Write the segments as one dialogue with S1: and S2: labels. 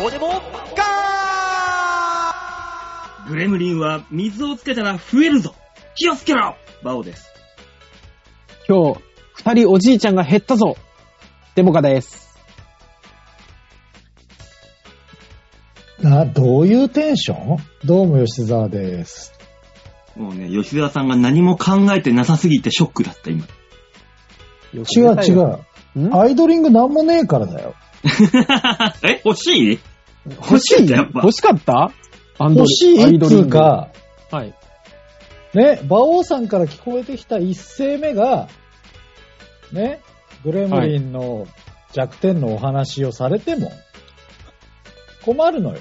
S1: どうでもガ
S2: グレムリンは水をつけたら増えるぞ気をつけろバオです。
S3: 今日、二人おじいちゃんが減ったぞデモカです。
S4: な、どういうテンションどうも吉沢です。
S2: もうね、吉沢さんが何も考えてなさすぎてショックだった、今。
S4: 違う違う。
S3: ん
S4: アイドリングなんもねえからだよ。
S2: え欲しい
S3: 欲しい
S2: 欲しいやっぱ
S3: 欲しかったアンド
S4: 欲
S3: リ
S4: しい
S3: アイ
S4: 一
S3: ドリン
S4: 通
S3: グ。
S4: が、
S3: はい。
S4: ね、馬王さんから聞こえてきた一声目が、ね、グレムリンの弱点のお話をされても、困るのよ。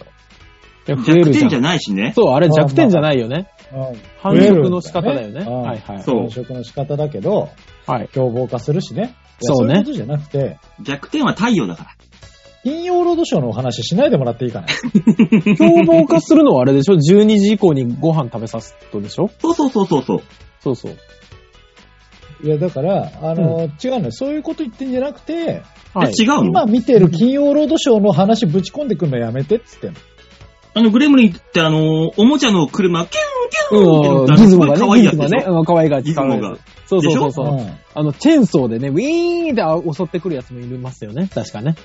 S3: いや増え
S2: 弱
S3: るじゃ
S2: 点
S3: ん
S2: じゃないしね。
S3: そう、あれ弱点じゃないよね。
S4: うん
S3: 繁殖の仕方だよね。
S4: うん
S3: はいはい。
S2: そう
S4: 繁殖の仕方だけど、
S3: はい。
S4: 凶暴化するしね。いや
S3: そうね
S4: そういうことじゃなくて、
S2: 弱点は太陽だから。
S4: 金曜ロードショーのお話しないでもらっていいかな。
S3: 凶暴化するのはあれでしょ ?12 時以降にご飯食べさすとでしょ
S2: そうそうそうそうそう。
S3: そうそう。
S4: いや、だから、あの、違うのよ。そういうこと言ってんじゃなくて、
S3: は
S2: え
S3: い。
S2: 違う
S4: 今
S2: の
S4: 見てる金曜ロードショーの話ぶち込んでくるのやめてっつってんの。
S2: あの、グレムリンってあの、おもちゃの車、キュンキュンって乗っ
S3: う
S2: た
S3: ん、
S2: ら
S3: ギ
S2: す
S3: ズ
S2: ご
S3: モ
S2: い
S3: がね、
S2: 可愛い
S3: ギ
S2: やつ
S3: ズモ
S2: でし
S3: ね、
S2: ょ
S3: うん可愛いが
S2: ギ
S3: 使
S2: ズ
S3: う
S2: モ
S3: や
S2: が
S3: つ。そうそうそう
S2: でし
S3: そうう。
S4: ん
S3: あの、チェーンソーでね、ウィーンってあ襲ってくるやつもいますよね。確かね。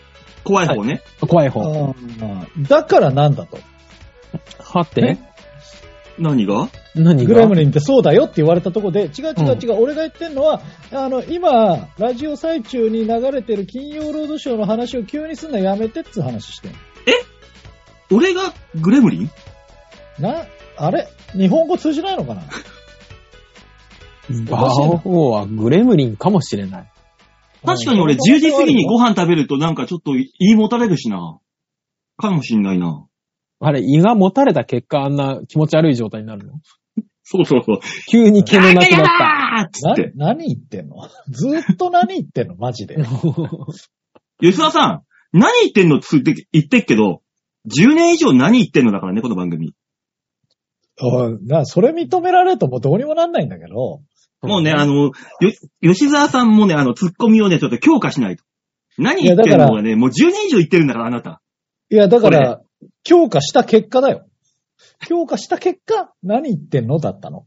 S2: 怖い方ね。
S3: 怖い方。
S4: うんだからなんだと。
S3: はって
S2: 何が
S3: 何が
S4: グレムリンってそうだよって言われたとこで、違う違う違う、俺が言ってんのは、あの、今、ラジオ最中に流れてる金曜ロードショーの話を急にすんのやめてっつう話してんの。
S2: 俺がグレムリン
S4: な、あれ日本語通じないのか な
S3: バオはグレムリンかもしれない。
S2: 確かに俺
S4: うん
S2: 10時過ぎにご飯食べるとなんかちょっと言いもたれるしな。かもしんないな。
S3: あれ、胃が持たれた結果、あんな気持ち悪い状態になるの
S2: そうそうそう。
S3: 急に毛のなくなっ
S2: あっつっ
S4: な
S2: て。
S4: 何言ってんのずーっと何言ってんのマ ジで。
S3: た。
S2: 吉沢さん、何言ってんのつって言ってっけど、10年以上何言ってんのだからね、この番組。
S4: おいな、それ認められるともうどうにもなんないんだけど、
S2: もうね、あの、よ、吉沢さんもね、あの、ツッコミをね、ちょっと強化しないと。何言ってんのがね、もう10年以上言ってるんだから、あなた。
S4: いや、だから、強化した結果だよ。強化した結果、何言ってんのだったの。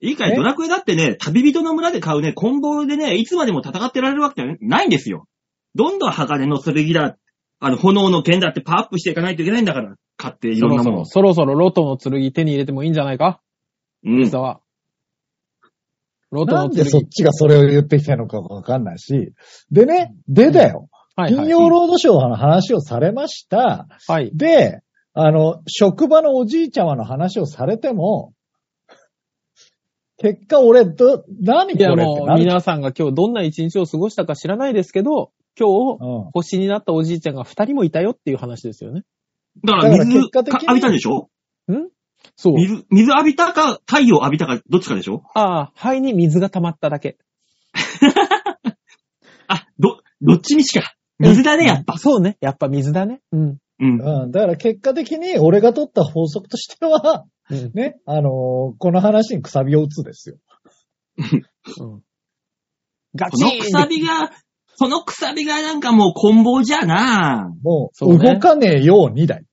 S2: いいかい、
S4: え
S2: ドラクエだってね、旅人の村で買うね、コンボでね、いつまでも戦ってられるわけじゃないんですよ。どんどん鋼の剣だ、あの、炎の剣だってパワーアップしていかないといけないんだから、買ってい
S3: そ
S2: ろん
S3: ろ
S2: な
S3: そ
S2: もの
S3: ろ、。そろそろロトの剣手に入れてもいいんじゃないか
S2: うん
S3: 吉。沢。ロト
S4: な
S3: の
S4: んでそっ
S3: 剣。
S4: ちがそれを言ってきたのかわかんないし。でね、でだよ。
S3: はいは
S4: 金
S3: い。
S4: 曜ロードショーの話をされました。
S3: はい。
S4: で、あの、職場のおじいちゃまの話をされても、結果俺、ど、何
S3: いや、
S4: これって
S3: もう、
S4: なる。
S3: 皆さんが今日どんな一日を過ごしたか知らないですけど、今日、
S4: うん
S3: 星になったおじいちゃんが二人もいたよっていう話ですよね。
S2: だから水
S4: だから結果的
S2: か
S4: に
S2: 浴びたんでしょ
S3: そう。
S2: 水、水浴びたか、太陽浴びたか、どっちかでしょ
S3: ああ、肺に水が溜まっただけ。
S2: あ、ど、どっちにしか。水だね、やっぱ。
S3: そうね。やっぱ水だね。うん。
S2: うん。
S4: うん、だから結果的に俺が取った法則としては、
S3: うん。
S4: ね、あのーこの話にくさびを打つですよ。
S3: うん、ガ
S2: こ
S3: チ
S2: の
S3: ー
S2: く
S3: ン
S2: さびが、このくさびがなんかもう棍棒じゃな
S4: も
S3: そう
S4: う、
S3: ね
S4: 動かねえようにだよ。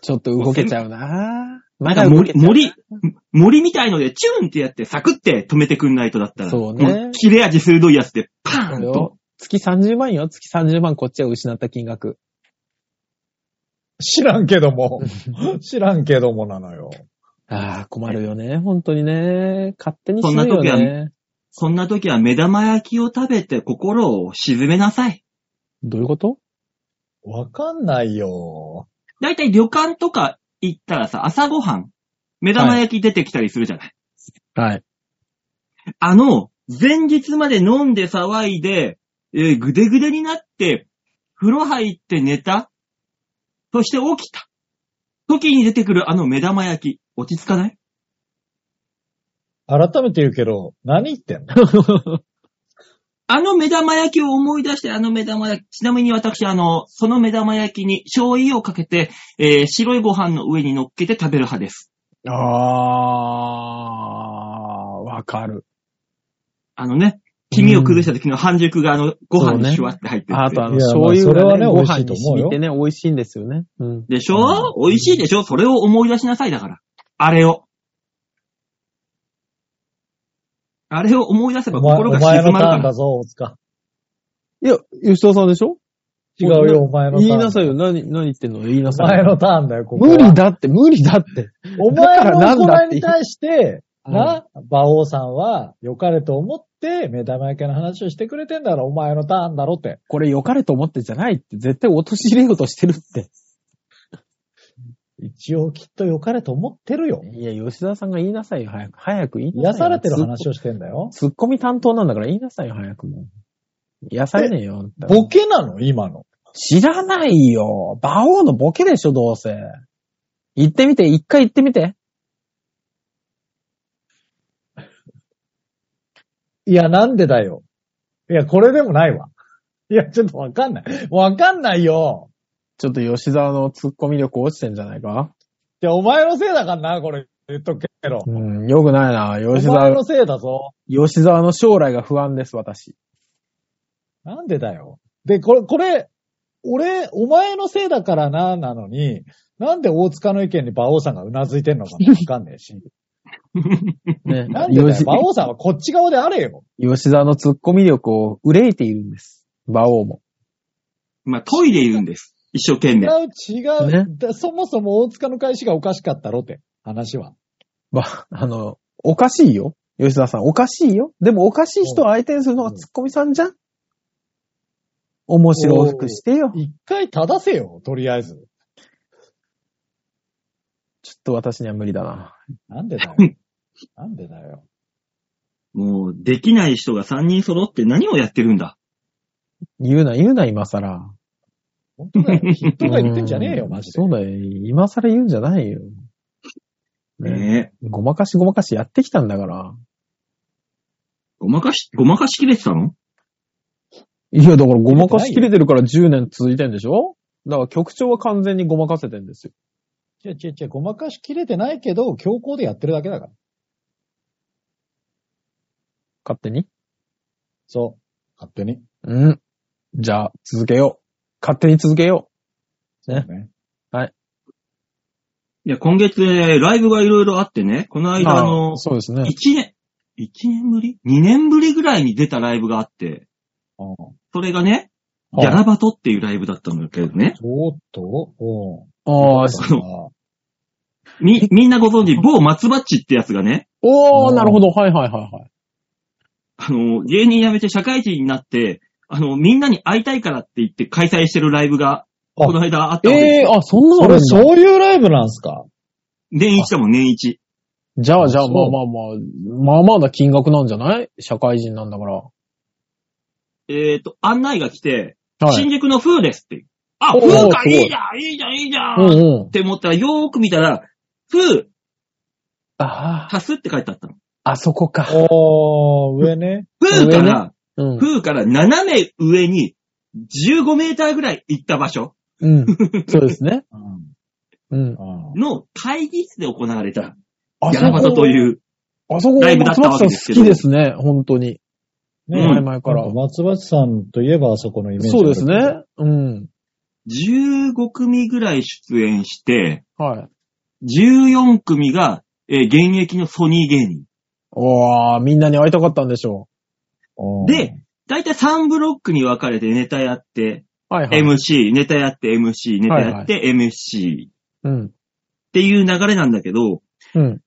S3: ちょっと動けちゃうなま
S2: なんか
S3: だ動け
S2: 森、
S3: ちゃう。
S2: 森、森みたいのでチューンってやってサクって止めてくんないとだったら。
S3: そうね
S2: も切れ味鋭いやつでパーンと。
S3: よ。月30万よ。月30万こっちは失った金額。
S4: 知らんけ ども。知らんけどもなのよ。
S3: ああ、困るよね。本当にね。勝手に死ぬ
S2: そ
S3: よ
S2: んな時は
S3: ね。
S2: そんな時は目玉焼きを食べて心を沈めなさい。
S3: どういうこと
S4: わかんないよ。
S2: だいたい旅館とか行ったらさ、朝ごはん、目玉焼き出てきたりするじゃない。
S3: はい。
S2: あの、前日まで飲んで騒いで、えーぐでぐでになって、風呂入って寝た、そして起きた。時に出てくるあの目玉焼き、落ち着かない
S4: 改めて言うけど、何言ってんの
S2: あの目玉焼きを思い出して、あの目玉焼き、ちなみに私、あの、その目玉焼きに醤油をかけて、えー白いご飯の上に乗っけて食べる派です。
S3: ああ、わかる。
S2: あのね、黄身を崩した時の半熟があの、ご飯にシュワって入ってる。
S3: あとあの、
S4: いや
S3: 醤油がね、
S4: ま
S3: ご
S4: あそれ
S3: 飯
S4: はね
S3: に染みてね、美味しいんですよね。うん。
S2: でしょ美味しいでしょそれを思い出しなさいだから。あれを。あれを思い出せば
S4: お前
S2: 心
S4: お
S2: が
S4: 前
S2: 静
S4: のタ
S2: まるか
S4: ーン
S2: ら
S4: だ。ぞ、大塚。
S3: いや、吉田さんでしょ
S4: 違うよ、お前のターン。
S3: 言いなさいよ。何、何言ってんの言いな
S4: お
S3: さい
S4: 前
S3: よ。
S4: のターンだよ、ここは
S3: 無理。だって、無理だって。
S4: お
S3: だ
S4: 前
S3: からなんだ
S4: の
S3: って
S4: 行いに対して、な、馬王さんは良かれと思って、目玉焼きの話をしてくれてんだろ、お前のターンだろって。
S3: これ良かれと思ってじゃないって、絶対落とし入れようとしてるって。
S4: 一応きっと良かれと思ってるよ。
S3: いや、吉田さんが言いなさいよ、早く。早く言いな
S4: 癒
S3: さ
S4: さ
S3: いよ。
S4: れてる話をしてんだよ。
S3: ツッコ。ツッコミ担当なんだから言いなさいよ、早くもう。癒されねえよ。あんた
S4: ボケなの今の。
S3: 知らないよ。馬王のボケでしょ、どうせ。行ってみて、一回行ってみて。
S4: いや、なんでだよ。いや、これでもないわ。いや、ちょっとわかんない。わかんないよ。
S3: ちょっと吉沢のツッコミ力落ちてんじゃないか
S4: いや、お前のせいだからな、これ。言っとくけど。
S3: うん、よくないな。
S4: お前
S3: 吉沢
S4: の、せいだぞ。
S3: 吉沢の将来が不安です、私。
S4: なんでだよ。で、これ、これ、俺、お前のせいだからな、なのに、なんで大塚の意見に馬王さんがうなずいてんの かもわかんねえし。
S3: ね。
S4: なんでだよ。
S3: 吉
S4: 馬王さんはこっち側であれよ。
S3: 吉沢のツッコミ力を憂いているんです。馬王も。
S2: まあ、トイレいるんです。一生懸
S4: 違
S2: 命。
S4: う、違う。
S3: ね
S4: だそもそも大塚の返しがおかしかったろって、話は。
S3: ば、あの、おかしいよ。吉沢さん、おかしいよ。でもおかしい人を相手にするのがツッコミさんじゃん面白くしてよ。
S4: 一回正せよ、とりあえず。
S3: ちょっと私には無理だな。
S4: なんでだよ。 なんでだよ。
S2: もう、できない人が3人揃って何をやってるんだ。
S3: 言うな、言うな、今更。
S4: 本当だよ。人が言ってんじゃね えよ、マジで
S3: そ。うだよ。今更言うんじゃないよ。ね
S2: ねえ。
S3: ごまかしごまかしやってきたんだから。
S2: ごまかし、ごまかしきれてたの
S3: いや、だからごまかしきれてるから10年続いてんでしょだから局長は完全にごまかせてんですよ。
S4: 違う違う違う、ごまかしきれてないけど、強行でやってるだけだから。
S3: 勝手に。
S4: そう。勝手に。
S3: うん。じゃあ、続けよう。勝手に続けよね
S4: ね。
S2: いや、今月、ね、ライブがいろいろあってね、この
S3: う。
S2: 間、あの、
S3: そうですね。
S2: 1年、1年ぶり ?2 年ぶりぐらいに出たライブがあって、
S4: うん
S2: それがね、
S3: はい
S2: ギャラバトっていうライブだったんだけどね。
S4: おっと、おう
S3: ああ、
S2: うみ、みんなご存知、某松バッチってやつがね、
S3: おー、なるほど。はいはいはいはい。
S2: あの、芸人辞めて社会人になって、あの、みんなに会いたいからって言って開催してるライブが、
S4: あ
S2: この間あったわけです
S3: ええ
S2: よ。
S3: ー、あ、そんなのあ
S4: そ
S3: るん
S4: れ、
S3: だ。
S4: そういうライブなんすか
S2: 年一だもん、年一。
S3: じゃあじゃあ、
S4: そう
S3: まあまあまあ、まあまあな金額なんじゃない社会人なんだから。
S2: えっ、と、案内が来て、
S3: はい。
S2: 新宿の風ですって。あ、
S3: おー
S2: 風か
S3: すご
S2: い
S3: い
S2: いじゃんいいじゃんいいじゃ
S3: うん
S2: っ
S3: んうん。
S2: て思ったら、よーく見たら、風、
S3: ああ、
S2: 足すって書いてあったの。
S3: あそこか。
S4: おー、上ね。
S2: 風から、
S3: うん。
S2: 風から斜め上に15メーターぐらい行った場所
S3: うん。 そうですね。
S4: うん
S3: うん。
S4: うん
S2: の会議室で行われた、
S3: あ
S2: ギ
S3: そ
S2: ャラバト
S3: こ、
S2: という。
S3: あそこ、
S2: ライブだっ
S3: 松
S2: た
S3: 本
S2: わけ
S3: さん
S2: で
S3: 好
S2: すけ
S3: き
S2: ど
S3: ですね、本当に。
S2: うん
S3: 前々から。
S4: なん松橋さんといえばあそこのイメージ。
S3: そうです。ね。うん。
S2: 15組ぐらい出演して、
S3: はい。
S2: 14組が、えー現役のソニー芸人。
S3: おー、みんなに会いたかったんでしょ
S4: うん
S2: で、だいたい3ブロックに分かれてネタやって、
S3: う。はいはい。
S2: MC、ネタやって MC、ネタやって MC っ
S3: うん。
S2: ていう流れなんだけど、
S3: うん。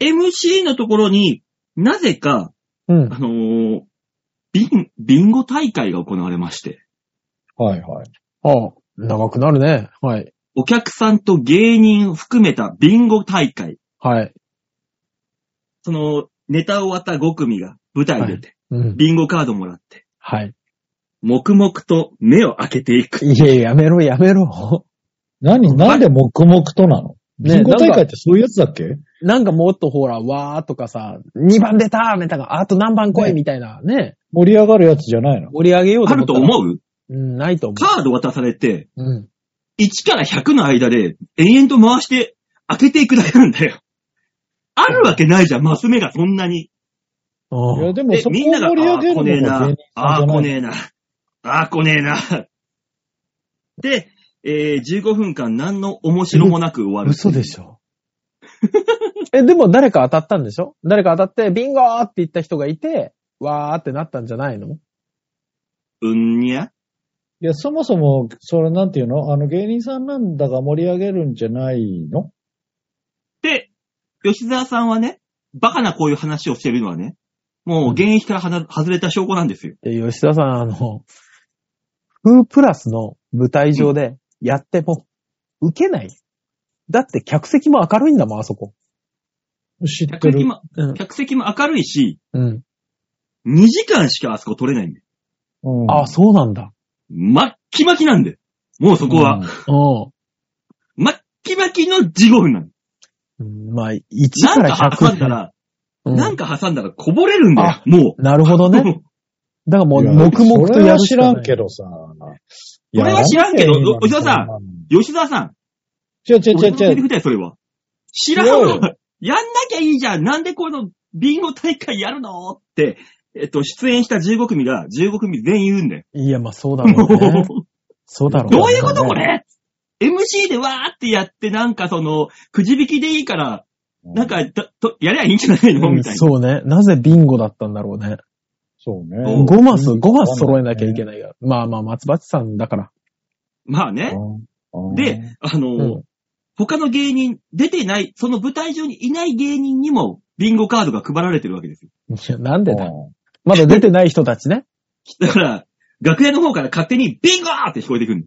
S2: MC のところになぜか、
S3: うん
S2: あ。のービン、ビンゴ大会が行われまして。
S4: はいはい。
S3: ああ、長くなるね。はい。
S2: お客さんと芸人を含めたビンゴ大会。
S3: はい。
S2: その、ネタを終わった5組が舞台出て、
S3: うん。
S2: ビンゴカードもらって、
S3: はい。
S2: 黙々と目を開けていく。
S3: いや、やめろ、やめろ。
S4: 何、なんで黙々となの
S3: ね
S4: ビンゴ
S3: な
S4: 大
S3: んか
S4: 会ってそういうやつだっけ
S3: なんかもっとほら、わーとかさ、2番出たみたいな、あと何番来いみたいな、ね。
S4: 盛り上がるやつじゃないの
S3: 盛り上げよう
S2: あると
S3: 思ったら
S2: 思う
S3: うん、ないと思
S2: カード渡されて、
S3: う。うん。
S2: 1から100の間で延々と回して開けていくだけなんだよ。あるわけないじゃん、マス目がそんなに。
S3: う
S4: いや、
S3: あ
S4: でも
S2: で
S4: そこを
S2: みんなが、
S4: 盛り上
S2: あー、来ね
S4: げ
S2: え
S4: るのも
S2: な
S4: 芸人、
S2: あー、
S4: さんじ
S2: 来
S4: ゃない。
S2: ねえな、あー、来ねえな。で、えー、15分間何の面白もなく終わ
S3: あ
S2: る。
S3: 嘘でしょ。 え、でも誰か当たったんでしょ誰か当たって、ビンゴーって言った人がいて、わーってなったんじゃないの
S2: うんにゃ
S4: いや、そもそも、それなんていうのあの芸人さんなんだが盛り上げるんじゃないの
S2: で、吉沢さんはね、バカなこういう話をしてるのはね、もう現役からはな外れた証拠なんですよ。
S3: で、吉田さん、あの、フープラスの舞台上でやっても、受けない。だって客席も明るいんだもん、あそこ。
S4: 知っ
S2: 客
S4: て
S2: 席
S4: る。
S2: も、
S3: うん。
S2: 客席も明るいし、
S3: うん。
S2: 2時間しかあそこ取れないんで。
S4: うん
S3: あ、そうなんだ。
S2: まっきまきなんで。もうそこは、
S3: うん
S2: まっきまきの15分なんで。
S3: うん。まあ、1
S2: な
S3: か
S2: ん
S3: ら
S2: か挟ん
S3: 100。
S2: だら、
S3: うん
S2: なんか挟んだらこぼれるんだよ。もう。
S3: なるほどね。 だからもう、黙々とやるし
S4: そ
S3: か
S4: れは知ら
S3: なんい。
S4: けどさ。
S2: れは知らんけど
S4: やらなきゃいいのに
S2: お嬢さん。吉沢さん。
S4: 違う違う
S2: 俺のセ
S4: 違う
S2: リ
S4: 違う。
S2: フだよ、それは。知らん
S4: 違う
S2: わ
S4: よ。
S2: やんなきゃいいじゃん。なんでこのビンゴ大会やるのって、えっと、出演した15組が15組全員言うんだよ。
S3: いや、まあそうだろうね。 そうだろうね。
S2: どういうことこ
S3: ね
S2: れ MC でわーってやって、なんかその、くじ引きでいいから、なんか、と、とやりゃいいんじゃないのみたいな。
S3: そうね。なぜビンゴだったんだろうね。
S4: そう
S2: うん
S4: ね。
S3: 5マス、5マス揃えなきゃいけないから。まあまあ、松鉢さんだから。
S2: まあね。
S4: うん
S2: で、あの、
S3: うん。
S2: 他の芸人、出てない、その舞台上にいない芸人にも、ビンゴカードが配られてるわけですよ。
S3: いや、なんでだ
S4: う
S3: まだ出てない人たちね。
S2: だから、楽屋の方から勝手にビンゴーって聞こえてくるの。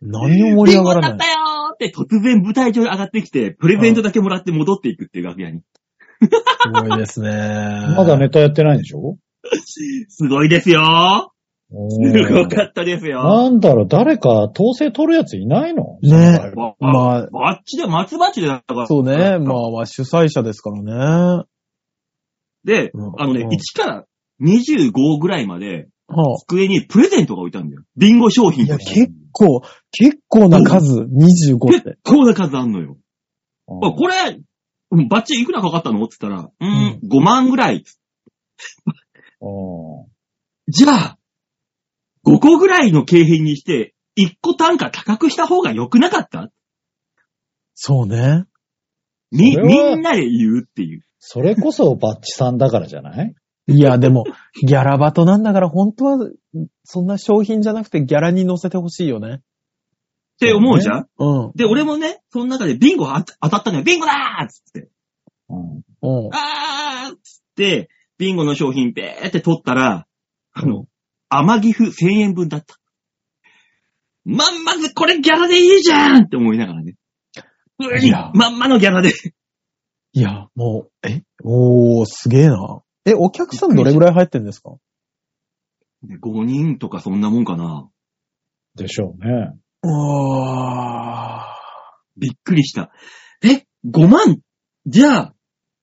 S3: 何を盛り
S2: ビン
S3: 上が
S2: ゴだ
S3: ら
S2: っ
S3: な
S2: た
S3: い。
S2: よーって突然舞台上に上がってきて、プレゼントだけもらって戻っていくっていう楽屋に。
S3: すごいですね。
S4: んまだネ。タやってないんでしょ
S2: すごいですよーすごか
S4: っ
S2: ったです
S4: た
S2: よ
S4: なんだろう、誰か統制取るやついないの
S3: ね
S2: ーまあ、
S3: ま
S2: あっちで松鉢でだから。
S3: あ、そうね。ま
S2: あ。
S3: あまあ、主催者ですからね。
S2: で、
S3: うん
S2: あのね、
S3: うん
S2: 1から25ぐらいまで、
S3: はあ、
S2: 机にプレゼントが置いたんだよ。ビンゴ商品
S3: い
S2: と
S3: や、
S2: して。
S3: 結構、結構な数、25って
S2: 結。構な数あんのよ。
S4: うん
S2: あこれ、うんバッチいくらかかったのって言ったら、う
S3: うん
S2: ん、5万ぐらい。
S4: うん
S2: じゃあ、5個ぐらいの景品にして、1個単価高くした方が良くなかった
S3: そうね。
S2: み、
S4: それは
S2: みんなで言うっていう。
S4: それこそバッチさんだからじゃない
S3: いや、でも、ギャラバトなんだから、本当は、そんな商品じゃなくてギャラに乗せてほしいよね。
S2: って思うじゃん、
S3: うん。
S2: で、俺もね、その中でビンゴあ当たったのよ。ビンゴだーっつって。
S4: うん
S3: うん。
S2: あーっつって、ビンゴの商品べーって取ったら、あの、甘ギフ1000円分だった。まんまずこれギャラでいいじゃんって思いながらね。う
S3: い
S2: に
S3: や
S2: まんまのギャラで。
S3: いや、もう、えおー、すげえな。え、お客さんどれぐらい入ってんですか
S2: 5人とかそんなもんかな。
S4: でしょうね。
S3: あ
S2: びっくりした。え、5万じゃあ、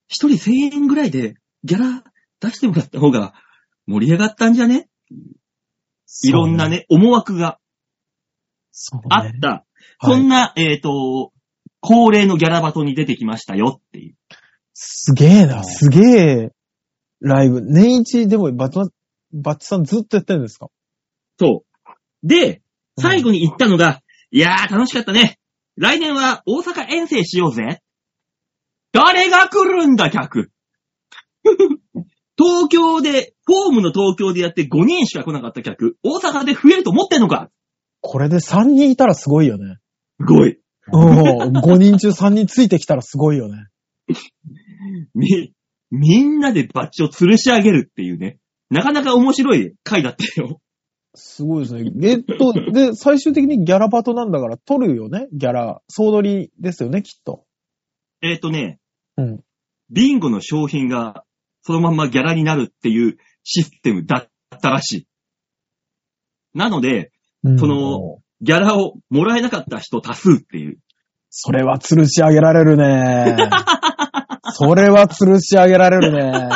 S2: 一人1000円ぐらいでギャラ出してもらった方が盛り上がったんじゃね
S3: ー
S2: いろんな。ね、思惑が
S3: そう
S2: あっ
S3: ね。
S2: た。
S3: は
S2: そ
S3: い
S2: んな、えっ、と、恒例のギャラバトに出てきましたよっていう。
S3: すげえな、すげえライブ。年一でもバチ、バッチさんずっとやってるんですか
S2: そう。で、最後に言ったのが、いやー楽しかったね。来年は大阪遠征しようぜ。誰が来るんだ、客。東京で、ホームの東京でやって5人しか来なかった客、大阪で増えると思ってんのか
S3: これで3人いたらすごいよね。
S2: すごい。
S3: うん。5人中3人ついてきたらすごいよね。
S2: み、みんなでバッチを吊るし上げるっていうね。なかなか面白い回だったよ。
S3: すごいですね。えっと、で、最終的にギャラバトなんだから取るよねギャラ。総取りですよね、きっと。
S2: えっ、とね、
S3: うん
S2: ビンゴの商品がそのまんまギャラになるっていうシステムだったらしい。なので、
S3: うん
S2: その、ギャラをもらえなかった人多数っていう。
S3: それは吊るし上げられ るね。それは吊るし上げられるね。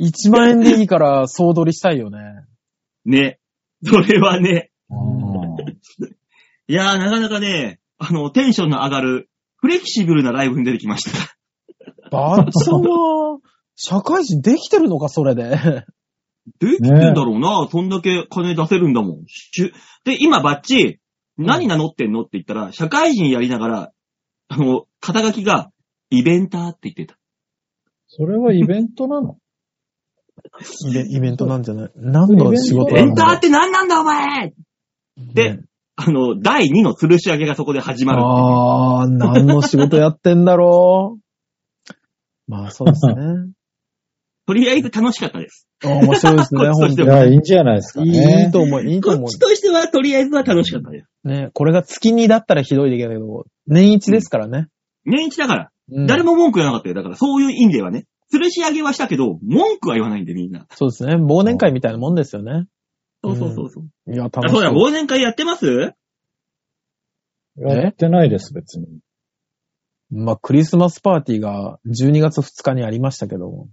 S3: 1万円でいいから総取りしたいよね。
S2: ね。それはね、
S4: うん
S2: いやーなかなかね、あの、テンションの上がる、フレキシブルなライブに出てきました。
S3: バッチさんは、社会人できてるのか、それで。
S2: できてんだろうな、そんだけ金出せるんだもん。しゅで、今バッチ、何名乗ってんのって言ったら、社会人やりながら、あの、肩書きが、イベンターって言ってた。
S4: それはイベントなの
S3: イベイベントなんじゃない何の仕事
S2: イベ
S3: な
S2: ン
S3: の
S2: ターって何なんだお前てあの、第2の吊るし上げがそこで始まる。
S3: ああ、何の仕事やってんだろう。まあそうですね。
S2: とりあえず楽しかったです。
S3: 面白いですね、
S2: こっちとし
S3: 本
S2: て
S4: い
S3: 当
S2: も
S3: に。
S4: や、いいんじゃないですか
S3: い
S4: ね。
S3: いいと思う、いいと
S2: こ
S3: 思
S2: っちとしては、とりあえずは楽しかったです。
S3: う。ね、これが月2だったらひどいだけだけど、年一ですからね。
S2: 年一だから、
S3: うん
S2: 誰も文句言わなかったよ。だから、そういう意味ではね。吊るし上げはしたけど、文句は言わないんで、みんな。
S3: そうですね、忘年会みたいなもんですよね。
S2: そうそうそうそう。
S3: いや、楽
S2: あ
S3: し
S2: そうだ、
S3: い。
S2: 忘年会やってます
S4: やってないです、別に。
S3: まあクリスマスパーティーが12月2日にありましたけど。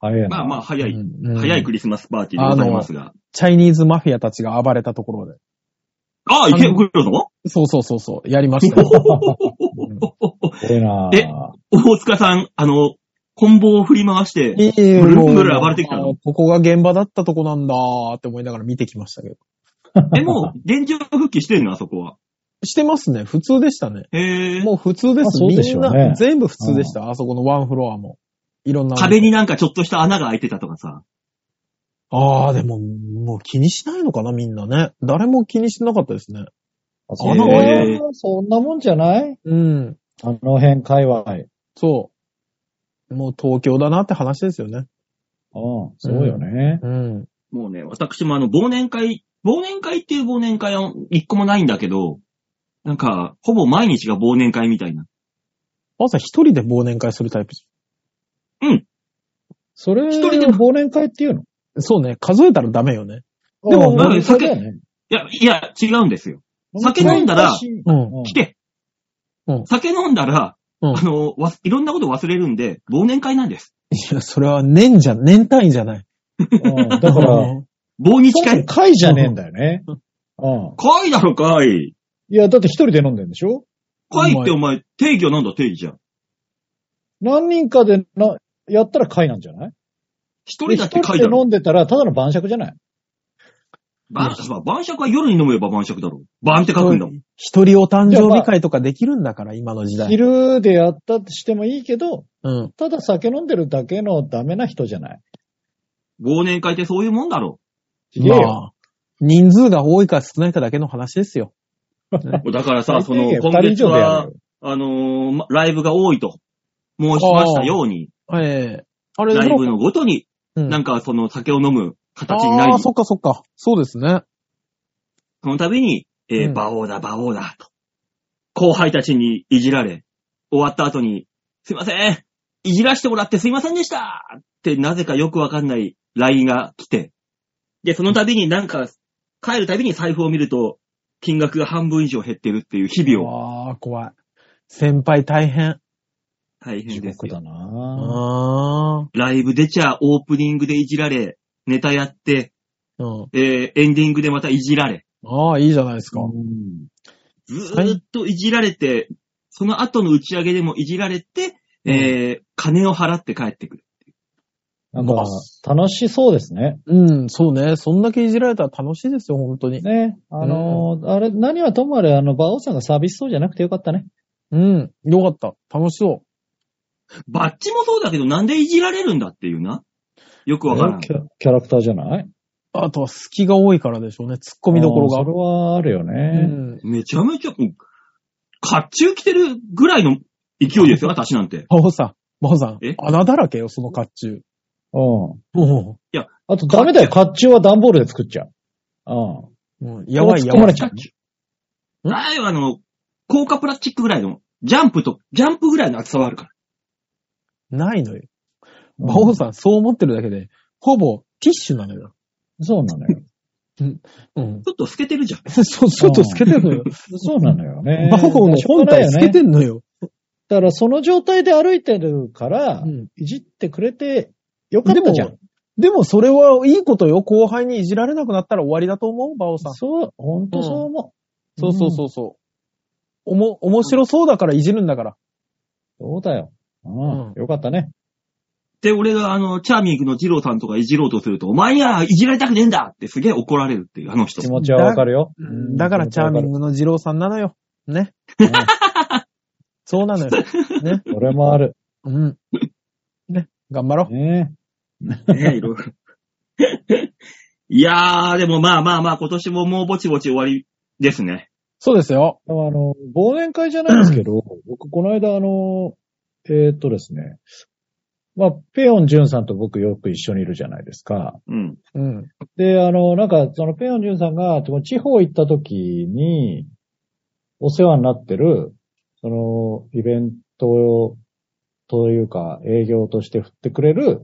S4: 早いな。
S2: まあまあ、早い。
S3: うんうん
S2: 早いクリスマスパーティーでございますが。
S3: チャイニーズマフィアたちが暴れたところで。
S2: ああ、池袋の
S3: そうそうそうそう、やりましたよ。うん
S4: ええな
S2: え大塚さん、あの、棍棒を振り回して、
S3: いえいえ
S2: ブルンブルン
S3: もう
S2: 暴れてきたの
S3: あここが現場だったとこなんだーって思いながら見てきましたけど。
S2: でも、現状復帰してるの、あそこは。
S3: してますね。普通でしたね。
S2: へえ。
S3: もう普通です。
S4: まあそうで
S3: み
S4: し
S3: ん
S4: ょうね
S3: な、全部普通でした。あそこのワンフロアも。いろんな。
S2: 壁になんかちょっとした穴が開いてたとかさ。
S3: ああ、でも、もう気にしないのかな、みんなね。誰も気にしてなかったですね。
S4: あ
S3: あの
S2: ええ
S4: そんなもんじゃない
S3: うん。
S4: あの辺界隈。うん、
S3: そう。もう東京だなって話ですよね。
S4: そうよね。
S3: うん。
S2: もうね、私もあの、忘年会、忘年会っていう忘年会は一個もないんだけど、なんか、ほぼ毎日が忘年会みたいな。
S3: 朝一人で忘年会するタイプじ
S4: それ、
S2: 一
S4: 一
S2: 人
S4: 人
S2: で
S4: で忘年会っていうの
S3: ゃんそうね。数えたらダメよね。でも
S4: ああ
S2: なんか
S4: 忘年会だよね
S2: いや、いや、違うんですよ。酒飲んだら
S4: うん
S3: うん。
S2: 来て。
S3: うん
S2: 酒飲んだら、
S3: うん
S2: あの、わいろんなこと忘れるんで、忘年会なんです。
S3: いや、それは年じゃ、年単位じゃない。
S4: うんだから、
S3: う
S4: そ
S3: ん
S2: 忘日
S4: の
S2: 会
S4: 会じゃねえんだよね。うん。
S2: 会だろ、会。
S4: いや、だって一人で飲んでんでしょ
S2: 会ってお前、定義はなんだ、定義じゃん。
S4: 何人かでな、やったら会なんじゃない
S2: 一
S4: で
S2: 人だ
S4: 一
S2: って
S4: 人
S2: 会
S4: で
S2: だろ
S4: 飲。んでたら、ただの晩酌じゃない
S2: 晩晩酌は夜に飲めば晩酌だろ。晩って書くんだもん。
S3: 一人お誕生日会とかできるんだから、今の時代。
S4: 昼でやったってしてもいいけど、
S3: うん。
S4: ただ酒飲んでるだけのダメな人じゃない。
S2: 忘年会ってそういうもんだろ。
S4: 違え
S3: ま
S4: よ。
S3: あ、人数が多いか少ないかだけの話ですよ。
S2: だからさ、
S4: 最
S2: そ
S4: 低
S2: の、
S4: 限
S2: 今
S4: 二人以
S2: 月
S4: 上でや
S2: は
S4: る、よ
S2: あのーまライブが多いと申しましたように、
S3: ええあれ
S2: ライブ
S3: の、
S2: のごとに、
S3: うん
S2: なんかその酒を飲む形になり、
S3: ああ、そ
S2: そ
S3: っかそっか。そうですね。
S2: の度に、えー
S3: うん
S2: 馬王だ、馬王だ、と。後輩たちにいじられ、終わった後に、すいません、いじらしてもらってすいませんでしたって、なぜかよくわかんない LINE が来て、で、その度になんか、帰る度に財布を見ると、金額が半分以上減ってるっていう日々を、
S3: ああ、怖い。先輩大変。
S2: 大変
S4: 地
S2: です
S4: 獄
S2: よ。
S4: だなぁ
S3: ああ。
S2: ライブ出ちゃオープニングでいじられ、ネタやって、
S3: うん。
S2: えーエンディングでまたいじられ、
S3: ああ、いいじゃないですか。
S4: うん
S2: ずーっといじられて、その後の打ち上げでもいじられて、えー金を払って帰ってくる。
S4: なんか
S3: ま、
S4: 楽しそうですね。
S3: うん、そうね。そんだけいじられたら楽しいですよ、本当に。
S4: ね。あのーあれ、何はともあれ、あの、馬王さんが寂しそうじゃなくてよかったね。
S3: うん。よかった。楽しそう。
S2: バッチもそうだけど、なんでいじられるんだっていうな。よくわからん。
S4: キャキャラクターじゃない
S3: あとは隙が多いからでしょうね。突っ込みどころが
S4: あーそ。れはあるよね。
S3: うん。
S2: めちゃめちゃ、もう甲冑着てるぐらいの勢いですよ、私なんて。
S3: バオさん、バオさん
S2: え、
S3: 穴だらけよ、その甲冑。
S4: うん。
S3: も
S4: あと、ダメだよ。甲冑は段ボールで作っちゃう。うん。
S3: う、もうやばい
S4: そ
S3: や
S4: こ突っ込ま
S3: ばい
S4: れ。ちゃうね。
S2: ないよ、あの、硬化プラスチックぐらいの、ジャンプと、ジャンプぐらいの厚さはあるから。
S3: ないのよ。バオさん、そう思ってるだけで、ほぼティッシュなのよ。
S4: そうなのよ。
S3: うん。
S2: ちょっと透けてるじゃん。
S3: そう、ちょっと透けてんのよ。
S4: そうなのよね。
S3: バオの本体透け
S4: る。
S3: てんのよ。
S4: だから、その状態で歩いてるから
S3: う、ん
S4: いじってくれてよかったじゃん。
S3: でもそれはいいことよ。後輩にいじられなくなったら終わりだと思うバオさん。
S4: そう、ほんとそう思う。
S3: そうそうそうそう。おも、面白そうだからいじるんだから。
S4: うん。そうだよ。うん
S3: うん
S4: よかったね。
S2: で、俺があの、チャーミングの二郎さんとかいじろうとすると、お前にはいじられたくねえんだってすげえ怒られるっていう、あの人
S4: 気。持ちはわかるよ。うん
S3: だからチャーミングの二郎さんなのよ。 ね。そうなのよ。ね。
S4: それもある。
S3: うん。ね。頑張ろ
S4: ね
S2: ね、いろいろ。 いやー、でもまあまあまあ、今年ももうぼちぼち終わりですね。
S3: そうですよ。
S4: でもあの、忘年会じゃないんです けど、僕、この間、あの、えーっとですね、まあ、ペヨンジュンさんと僕よく一緒にいるじゃないですか。
S2: うん。
S3: うん。
S4: で、あの、なんか、そのペヨンジュンさんが、その地方行った時に、お世話になってる、その、イベントを、というか、営業として振ってくれる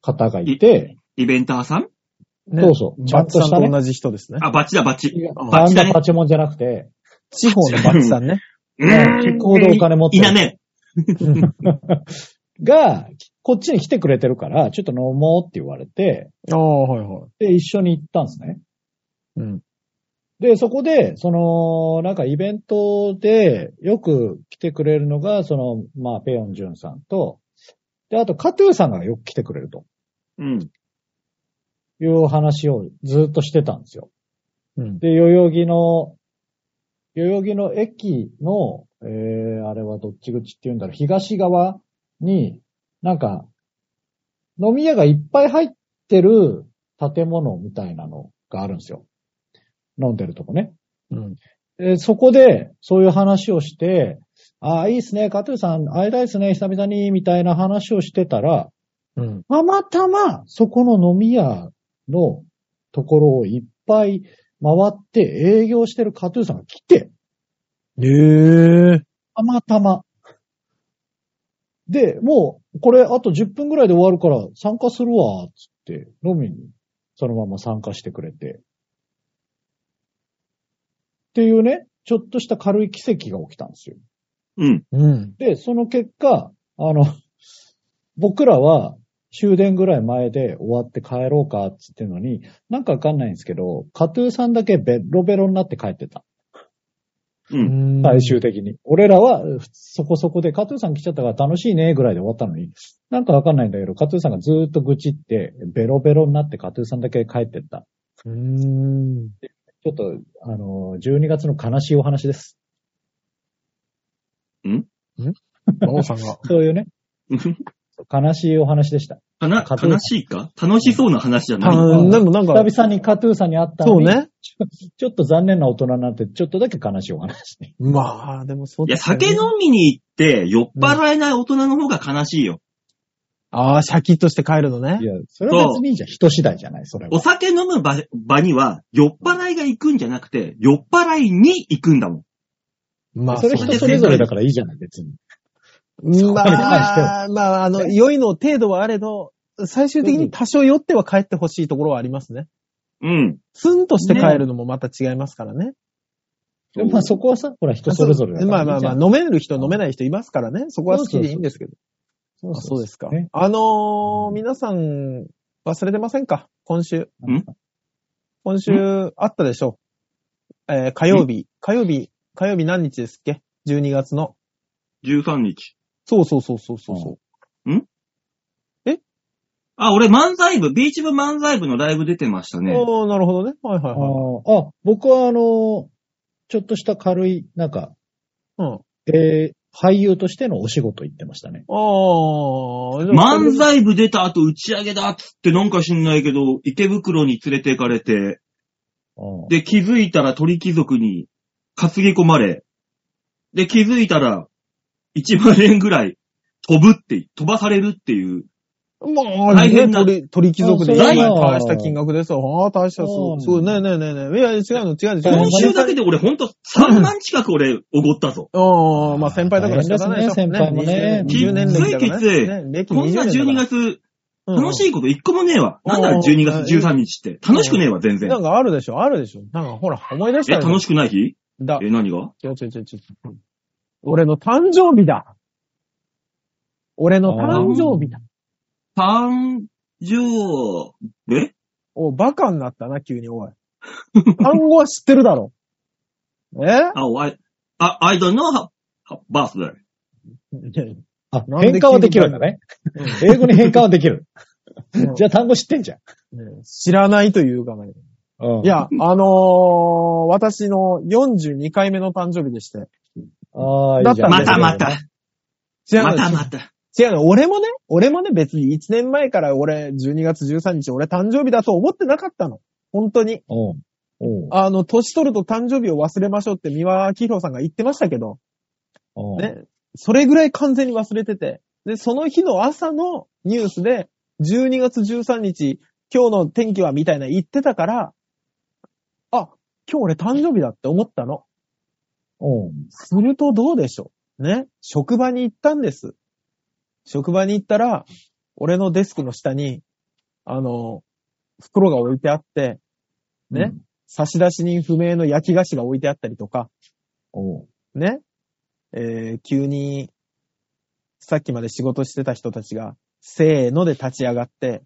S4: 方がいて、
S2: イベンターさん
S3: ね
S4: そうそうちゃ
S3: バ
S4: ん
S3: ッ
S4: と
S3: チ
S4: した
S3: さ
S4: ね
S3: んと同じ人ですね。
S2: あ、バッチだ、バッチ。
S4: あんなパチモンじゃなくて、
S3: 地方のバッチさんね。
S2: う
S4: 結構でお金持って
S2: い
S4: る
S2: なね。
S4: が、こっちに来てくれてるから、ちょっと飲もうって言われて、
S3: ああ、はいはい。
S4: で、一緒に行ったんですね。
S3: うん。
S4: で、そこで、その、なんかイベントで、よく来てくれるのが、その、まあ、ペヨンジュンさんと、で、あと、カトゥーさんがよく来てくれると
S2: うん。
S4: いう話をずっとしてたんですよ。
S3: うん。
S4: で、代々木の、代々木の駅の、えー、あれはどっち口って言うんだろう、東側に、なんか、飲み屋がいっぱい入ってる建物みたいなのがあるんですよ。飲んでるとこね。
S3: うん。
S4: でそこで、そういう話をして、ああ、いいっすね、カトゥーさん、会いたいっすね、久々に、みたいな話をしてたら、
S3: うん。
S4: たまたま、そこの飲み屋のところをいっぱい回って営業してるカトゥーさんが来て、
S3: ええ。
S4: たまたま。で、もう、これあと10分ぐらいで終わるから参加するわ、つって、飲みにそのまま参加してくれて。っていうね、ちょっとした軽い奇跡が起きたんですよ。
S2: うん。
S3: うん。
S4: で、その結果、あの、 僕らは終電ぐらい前で終わって帰ろうかっつってのに、なんかわかんないんですけど、カトゥーさんだけベロベロになって帰ってた。
S2: う。
S3: うんん
S4: 最終的に。俺らはふそこそこでカトゥーさん来ちゃったから楽しいねぐらいで終わったのに、なんかわかんないんだけど、カトゥーさんがずーっと愚痴って、ベロベロになってカトゥーさんだけ帰ってった。
S3: うん。
S4: ちょっと、あの、12月の悲しいお話です。
S3: 馬王さんが。
S4: そういうね、悲しいお話でした。
S2: かな、
S4: 家庭
S2: 悲しいか楽しそうな話じゃ
S3: た
S2: ない。
S3: でもなんか、
S4: 久々にカトゥーさんに会ったの
S3: そう
S4: に、
S3: ね。
S4: ちょっと残念な大人になって、ちょっとだけ悲しいお話ね。
S3: まあ、でもそう
S2: いや、
S3: ですよね
S2: 酒飲みに行って酔っ払えない大人の方が悲しいよ。
S3: ああ、シャキッとして帰るのね
S4: い。や、それは別にいいじゃん。人次第じゃない、それ
S2: お
S4: は。
S2: 酒飲む場場には酔っ払いが行くんじゃなくて、酔っ払いに行くんだもん。
S3: まあ、
S4: それ
S3: う
S4: 人
S3: ね
S4: それぞれだからいいじゃない、別に。
S3: ま
S4: それに関して
S3: あ、まあ、あの、酔いの程度はあれど、最終的に多少酔っては帰ってほしいところはありますね。
S2: うん。
S3: ツンとして帰るのもまた違いますからね。
S4: でもまあそこはさ、ほら人それぞれだから
S3: まあまあまあ、飲める人
S4: うん
S3: 飲めない人いますからね。そこは好きでいいんですけど。
S4: そ
S3: あそうですか
S4: ね。
S3: あのー、
S4: うん
S3: 皆さん、忘れてませんか今週。
S2: ん
S3: 今週、あったでしょう。えー火曜日。火曜日、火曜日何日ですっけ ?12 月の。
S2: 13日。
S3: そうそうそうそうそうそう。
S2: あ、俺漫才部、ビーチ部漫才部のライブ出てましたね。
S3: おー、なるほどね。はいは
S4: あ
S3: いはい。
S4: ーあ、僕はあの、ちょっとした軽い、なんか、
S3: うん。
S4: えー俳優としてのお仕事行ってましたね。
S3: ああ、じゃあ
S2: 漫才部出た後打ち上げだっつってなんか知んないけど、池袋に連れて行かれて、
S4: うん
S2: で気づいたら鳥貴族に担ぎ込まれ、で気づいたら1万円ぐらい飛ぶって、飛ばされるって いう。
S3: まあ、
S2: 大変
S3: ね、
S2: な
S3: 鳥、鳥貴族で
S4: あ
S3: 今
S4: そう
S3: 大した金額ですよ。ああ、大した、すごい。す
S4: そ
S3: ご
S4: う
S3: い。ね
S4: な
S3: えねえねえねえ。いや、違うの、違うの、違うの
S2: 今。週だけで俺ほんと3万近く俺おごったぞ。
S3: ああ、まあ先輩だから仕方ないでしょ。
S4: 大変ですね先輩もね
S3: 20年
S2: きつい
S3: 歴だから
S2: きつい
S3: ね。ね
S2: こ
S3: 歴
S2: んな12
S3: 20年だから
S2: 月、
S3: うん
S2: 楽しいこと一個もねえわ。なんだろ、
S3: うん
S2: 12月13日って。楽しくねえわ、全然
S3: な。んかあるでしょ、あるでしょ。なんかほら、思い出し
S2: え、
S3: たよ。
S2: 楽しくない日
S3: だ。
S2: え、何が
S3: ちょちょちょちょ。俺の誕生日だ。俺の誕生日だ。
S2: 誕生、え
S3: お、バカになったな、急に、おい。単語は知ってるだろ。え
S2: あ、おあい、あ、I don't know how, how birthday.
S4: あ、
S3: なんで
S4: 変換はできるんだね。 英語に変換はできる。
S3: うん
S4: じゃあ単語知ってんじゃん。
S3: 知らないというかね。
S4: うん
S3: い、や、あのー私の42回目の誕生日でして。
S4: ああ、いいじゃ
S3: だ
S4: ん。
S2: ま
S3: った
S2: た
S3: ん
S2: また。
S3: 違うの
S2: またまた。
S3: 違うの俺もね、俺もね別に1年前から俺12月13日俺誕生日だと思ってなかったの。本当に。
S4: うん。うん。
S3: あの、年取ると誕生日を忘れましょうって三輪明宏さんが言ってましたけど、
S4: うん。
S3: ね。それぐらい完全に忘れてて。で、その日の朝のニュースで、12月13日、今日の天気はみたいな言ってたから、あ、今日俺誕生日だって思ったの。
S4: うん。
S3: するとどうでしょうね。職場に行ったんです。職場に行ったら、俺のデスクの下に、あの、袋が置いてあって、ね。差出人不明の焼き菓子が置いてあったりとか、
S4: うん。
S3: ね。えー急に、さっきまで仕事してた人たちが、せーので立ち上がって、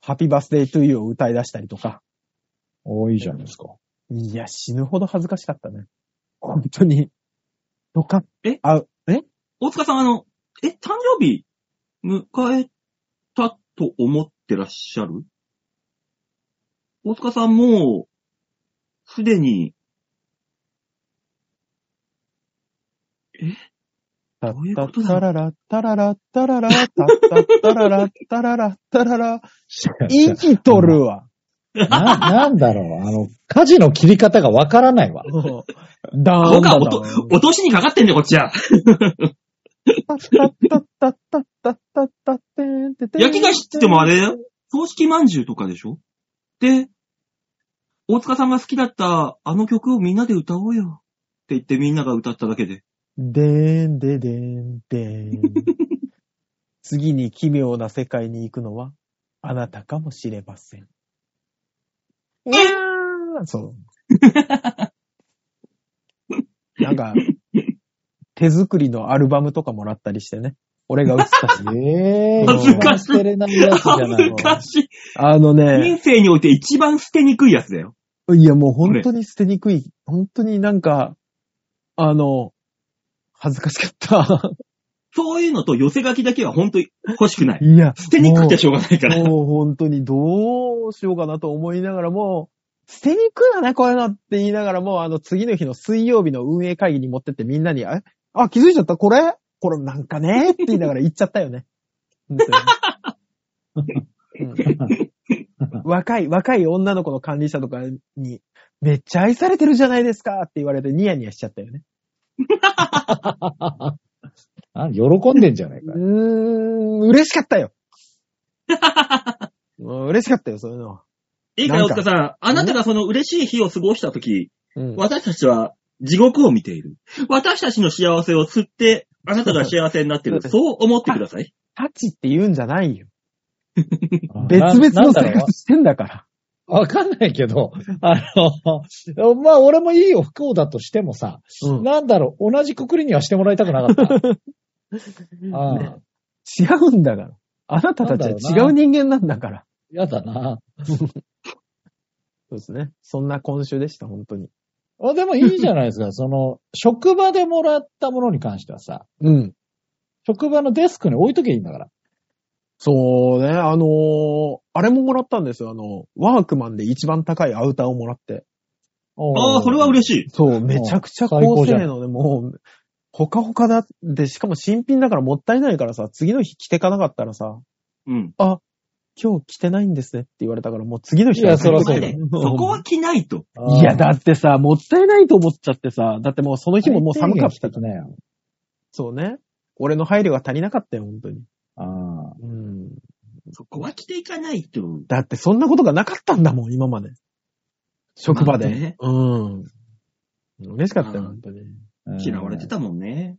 S3: ハッピーバースデートゥーユーを歌い出したりとか。
S4: おーいいじゃない ですか。
S3: いや、死ぬほど恥ずかしかったね。本当に。とか、
S2: え
S3: あ、え
S2: 大塚さん、あの、え、誕生日、迎えたと思ってらっしゃる大塚さん、もう、すでに、
S3: たっ
S2: どういう
S3: た
S2: こと
S3: った
S2: な
S3: らら、たらら、たらら、たったらら、たらら、たらら、生きとるわ。
S4: な、なんだろう。あの、火事の切り方がわからないわ。
S3: うんだーん
S2: 僕は
S3: だ
S2: 落
S3: だ
S2: と
S3: ーん、
S2: 落としにかかってんだよ、こっちは。
S3: たったったったったったったってーんててーん
S2: 焼き菓子って言ってもあれだよ。葬式饅頭とかでしょで、大塚さんが好きだったあの曲をみんなで歌おうよ。って言ってみんなが歌っただけで。
S3: でーんででーんで ーん。次に奇妙な世界に行くのは、あなたかもしれません。にゃーそう。 なんか、手作りのアルバムとかもらったりしてね。俺が映ったし。
S4: ええ
S3: 恥ず
S2: かしい
S4: 捨てれないやつじゃないの。
S2: 難しい。
S3: あのね
S2: 人、生において一番捨てにくいやつだよ。
S3: いやもう本当に捨てにくい。本当になんか、あの、恥ずかしかった。
S2: そういうのと寄せ書きだけは本当に欲しくない。
S3: いや、
S2: 捨てにくくてしょうがないから。
S3: もう本当にどうしようかなと思いながらも、捨てにくいよね、こういうのって言いながらも、あの次の日の水曜日の運営会議に持ってってみんなに、えあ、気づいちゃったこれこれなんかねって言いながら言っちゃったよね。本当にうん若い、若い女の子の管理者とかに、めっちゃ愛されてるじゃないですかって言われてニヤニヤしちゃったよね。
S4: あ喜んでんじゃないうか。
S3: ーん、嬉しかった よ。うん嬉しかったよ、そういうのは。
S2: いいか
S3: な
S2: よ、
S3: んか
S2: 大塚さん。あなたがその嬉しい日を過ごしたとき、
S3: うん
S2: 私たちは地獄を見ている。私たちの幸せを吸って、あなたが幸せになっている。
S3: そう
S2: そう思ってください。
S3: タチって言うんじゃないよ。別
S4: な
S3: 々
S4: な
S3: の
S4: んだろ
S3: 生
S4: う
S3: 活してんだから。
S4: わかんないけど、あの、まあ俺もいいよ、不幸だとしてもさ、
S3: うん
S4: なんだろう、同じくくりにはしてもらいたくなかった。あ
S3: ね
S4: あ、
S3: 違うんだから。あなたたちは違う人間なんだから。
S4: やだな。
S3: そうですね。そんな今週でした、本当に。
S4: あでもいいじゃないですか、その、職場でもらったものに関してはさ、
S3: うん。
S4: 職場のデスクに置いとけばいいんだから。
S3: そうね、あのーあれももらったんですよ。あの、ワークマンで一番高いアウターをもらって。
S2: ああ、それは嬉しい。
S3: そう、めちゃくちゃ高性能で、もう、ほかほかだって、しかも新品だからもったいないからさ、次の日着てかなかったらさ、
S2: うん。
S3: 今日着てないんですねって言われたから、もう次の日
S4: いやそりゃ
S2: そ
S4: そうだ
S2: こは着ないと。
S4: い。
S3: いや、だってさ、もったいないと思っちゃってさ、だってもうその日ももう寒かった
S4: た。ね。
S3: そうね。俺の配慮が足りなかったよ、本当に。
S4: ああ。
S3: うん。
S2: そこは着ていかないと。
S3: だってそんなことがなかったんだもん、今まで。職場で。
S2: まあね
S3: うん。嬉しかった
S2: あ
S3: よ、
S2: ー
S3: 本当に。
S2: 嫌われてたもんね。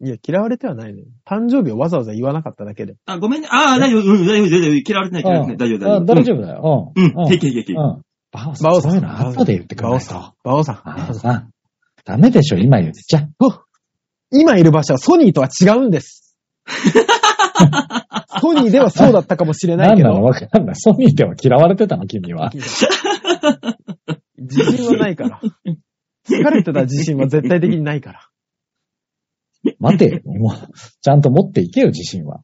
S3: いや、嫌われてはないのよ。誕生日をわざわざ言わなかっただけで。
S2: あ、ごめんね。ああ、大丈夫、うん大丈夫、大丈夫。嫌われてない、嫌われてない。大丈夫、
S4: あ
S2: 大丈夫。
S4: 大丈夫だよ。
S2: う
S4: うんん。
S2: うん。平気、平気。
S4: うん。バオさ
S3: バオさ
S4: ん、そ
S3: ん
S4: ういうの後で言ってくれ
S3: バ
S4: な
S3: オ
S4: い
S3: さん
S4: と。。
S3: バオさん。
S4: バオさん。ダメでしょ、今言っちゃ。
S3: 今いる場所はソニーとは違うん です。ソニーではそうだったかもしれない
S4: 何
S3: け
S4: なの
S3: ど、
S4: わかんない。ソニーでは嫌われてたの、君は。
S3: 自信はないから。疲れてた自信は絶対的にないから。
S4: 待てよ。もう、ちゃんと持っていけよ、自信は。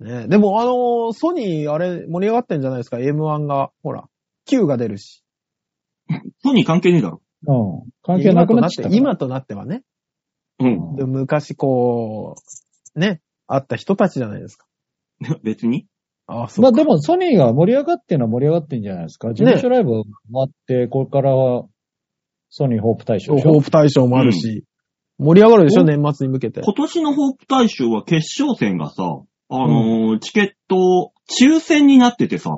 S3: ね、でも、あのーソニー、あれ、盛り上がってんじゃないですか ?M1 が、ほら、Q が出るし。
S2: ソニー関係ねえだろ。
S4: うん。関係なくなっちゃったから。
S3: 今となって今となってはね。
S2: うん。
S3: でも昔、こう、ね、あった人たちじゃないですか。
S2: 別に。
S3: ああ、
S4: ま
S3: う
S4: あでも、ソニーが盛り上がってるのは盛り上がってんじゃないですか。事務所ライブ終わって、これからは、ソニーホープ大賞
S3: ホ
S4: でしょ
S3: ープ大賞もあるし、盛り上がるでしょ、
S4: うん
S3: 年末に向けて。
S2: 今年のホープ大賞は決勝戦がさ、あのーチケット、抽選になっててさ、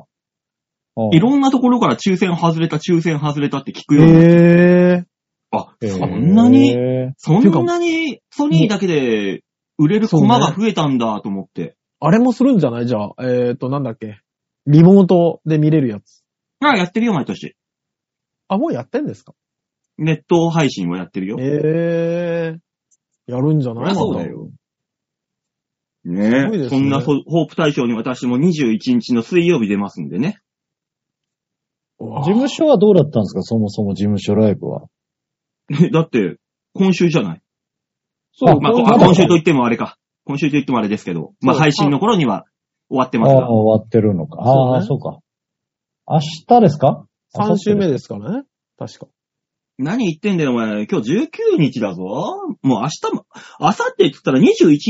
S4: うん
S2: いろんなところから抽選外れた、抽選外れたって聞くようになって、
S3: ええ
S2: あ、
S4: へー
S2: そんなに、そんなにソニーだけで売れるコマが増えたんだと思って。
S3: あれもするんじゃないじゃあ、えっ、と、なんだっけ。リモートで見れるやつ。
S2: あ、やってるよ、毎年。
S3: あ、もうやってんですか
S2: ネット配信はやってるよ。
S3: ええやるんじゃ
S2: そ
S3: な
S2: り
S3: い
S2: ゃそうだ。よ。ね
S3: すごい
S2: え、
S3: ですね
S2: そんなホホープ大賞に私も21日の水曜日出ますんでね。
S3: ま
S4: 事
S3: た
S4: 務所はどうだったんですかそもそも事務所ライブは。
S2: だって、今週じゃない。
S4: そ
S2: まあ、
S4: こ
S2: こ
S4: れ
S2: 今週と言ってもあれか。今週と言ってもあれですけど、まあ
S3: そう
S2: 配信の頃には終わってます
S4: ああ、
S2: が。
S4: 終わってるのか。ああ、
S3: そ
S4: そうか。明日ですか
S3: 3週目
S4: で。
S3: ですからね。確か。
S2: 何言ってんだよ、お前。今日19日だぞ。もう明日も、明後日って言ったら21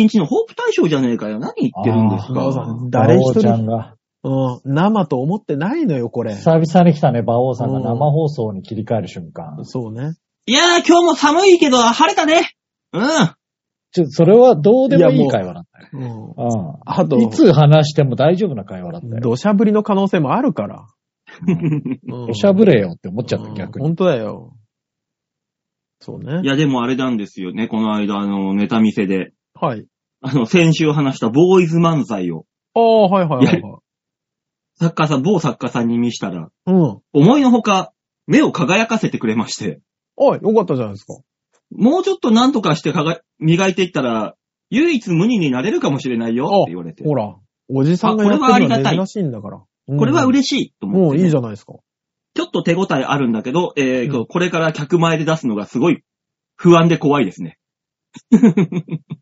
S2: 日のホープ大賞じゃねえかよ。何言ってるんです
S4: あー
S3: 馬王
S2: か。
S3: さん、誰一
S4: 馬王ちゃん
S3: 人、
S4: が。
S3: うん、生と思ってないのよ、これ。
S4: 久々に来たね、馬王さんが
S3: うん
S4: 生放送に切り替える瞬間。
S3: そうね。
S2: いやー、今日も寒いけど晴れたね。うん。
S4: ちょ、それはどうでもいい会話だったよ。
S3: うん。
S4: うん
S3: あと、
S4: いつ話しても大丈夫な会話だったよ。
S3: 土砂降りの可能性もあるから。うん
S4: おしゃぶれよって思っちゃった、逆
S3: うん
S4: に。
S3: 本当だよ。そうね
S2: い。や、でもあれなんですよね。この間、あの、ネタ見せで。
S3: はい。
S2: あの、先週話したボーイズ漫才を、
S3: ああ、はいはいはいはい。
S2: 作家さん、某作家さんに見したら、
S3: うん。
S2: 思いのほか、目を輝かせてくれまして、
S3: おい、よかったじゃないですか。
S2: もうちょっと何とかしてかが磨いていったら、唯一無二になれるかもしれないよって言われて、
S3: ほら、おじさんがやってるのは珍しいんだから。
S2: これは
S3: しい。
S2: 嬉しいと思
S3: も
S2: っ
S3: う
S2: て、
S3: いいじゃないですか。
S2: ちょっと手応えあるんだけど、えー
S3: うん
S2: これから客前で出すのがすごい不安で怖いですね。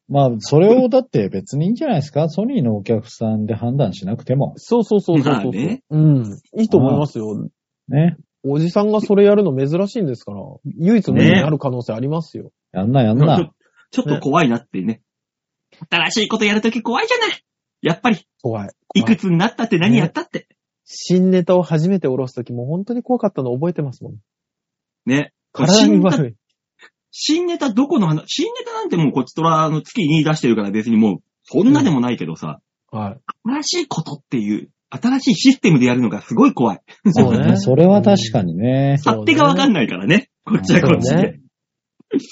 S4: まあ、それをだって別にいいんじゃないですかソニーのお客さんで判断しなくても。
S3: そうそうそうそうそう、
S2: まあね
S3: うん。いいと思いますよ。
S4: ね。
S3: おじさんがそれやるの珍しいんですから、唯一無二になる可能性ありますよ。
S4: やんな、やん
S2: ちょ
S4: な。
S2: ちょっと怖いなってね。新しいことやるとき怖いじゃないやっぱり、
S3: 怖い。
S2: い
S3: 怖
S2: く
S3: い
S2: つになったって何やったって。
S3: 新ネタを初めて下ろすときも本当に怖かったの覚えてますもん。
S2: ね。
S3: 体に悪い。
S2: 新ネタどこの話、新ネタなんてもうこっちとらの月に出してるから別にもう、そんなでもないけどさ、
S3: は
S2: 新しいことっていう、新しいシステムでやるのがすごい怖い。
S3: い。
S4: そう ね。それは確かにね。
S3: そ
S2: 勝
S3: うね
S2: 手がわかんないからね。こっちはこっち
S3: そう
S2: で
S3: ね。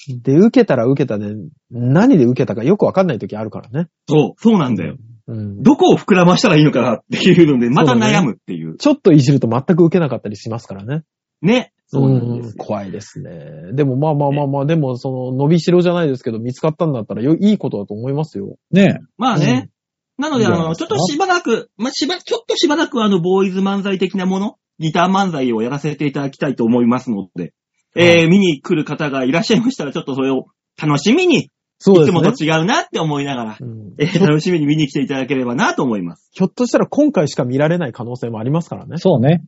S3: に。で、受けたら受けたで、何で受けたかよくわかんないときあるからね。
S2: そう、そうなんだよ。
S3: うん。
S2: どこを膨らましたらいいのかなっていうので、また悩むっていう。
S3: ちょっといじると全く受けなかったりしますからね。
S2: ね。そうなんです
S3: ん
S2: よ。
S3: 怖いですね。でもまあまあまあまあ、でもその、伸びしろじゃないですけど、見つかったんだったらよ、いいことだと思いますよ。
S4: ね。
S2: まあね。なので、あ
S4: いいんじゃない
S2: の、
S4: です
S2: ちょっ
S4: か
S2: としばらく、まあ、しば、ちょっとしばらくあの、ボーイズ漫才的なもの、ギター漫才をやらせていただきたいと思いますので、えー、見に来る方がいらっしゃいましたら、ちょっとそれを楽しみに、
S3: そ
S2: いつもと違うなって思いながら、
S3: うん
S2: えー楽しみに見に来ていただければなと思い ます。
S3: ひょっとしたら今回しか見られない可能性もありますか らね。
S4: そうね。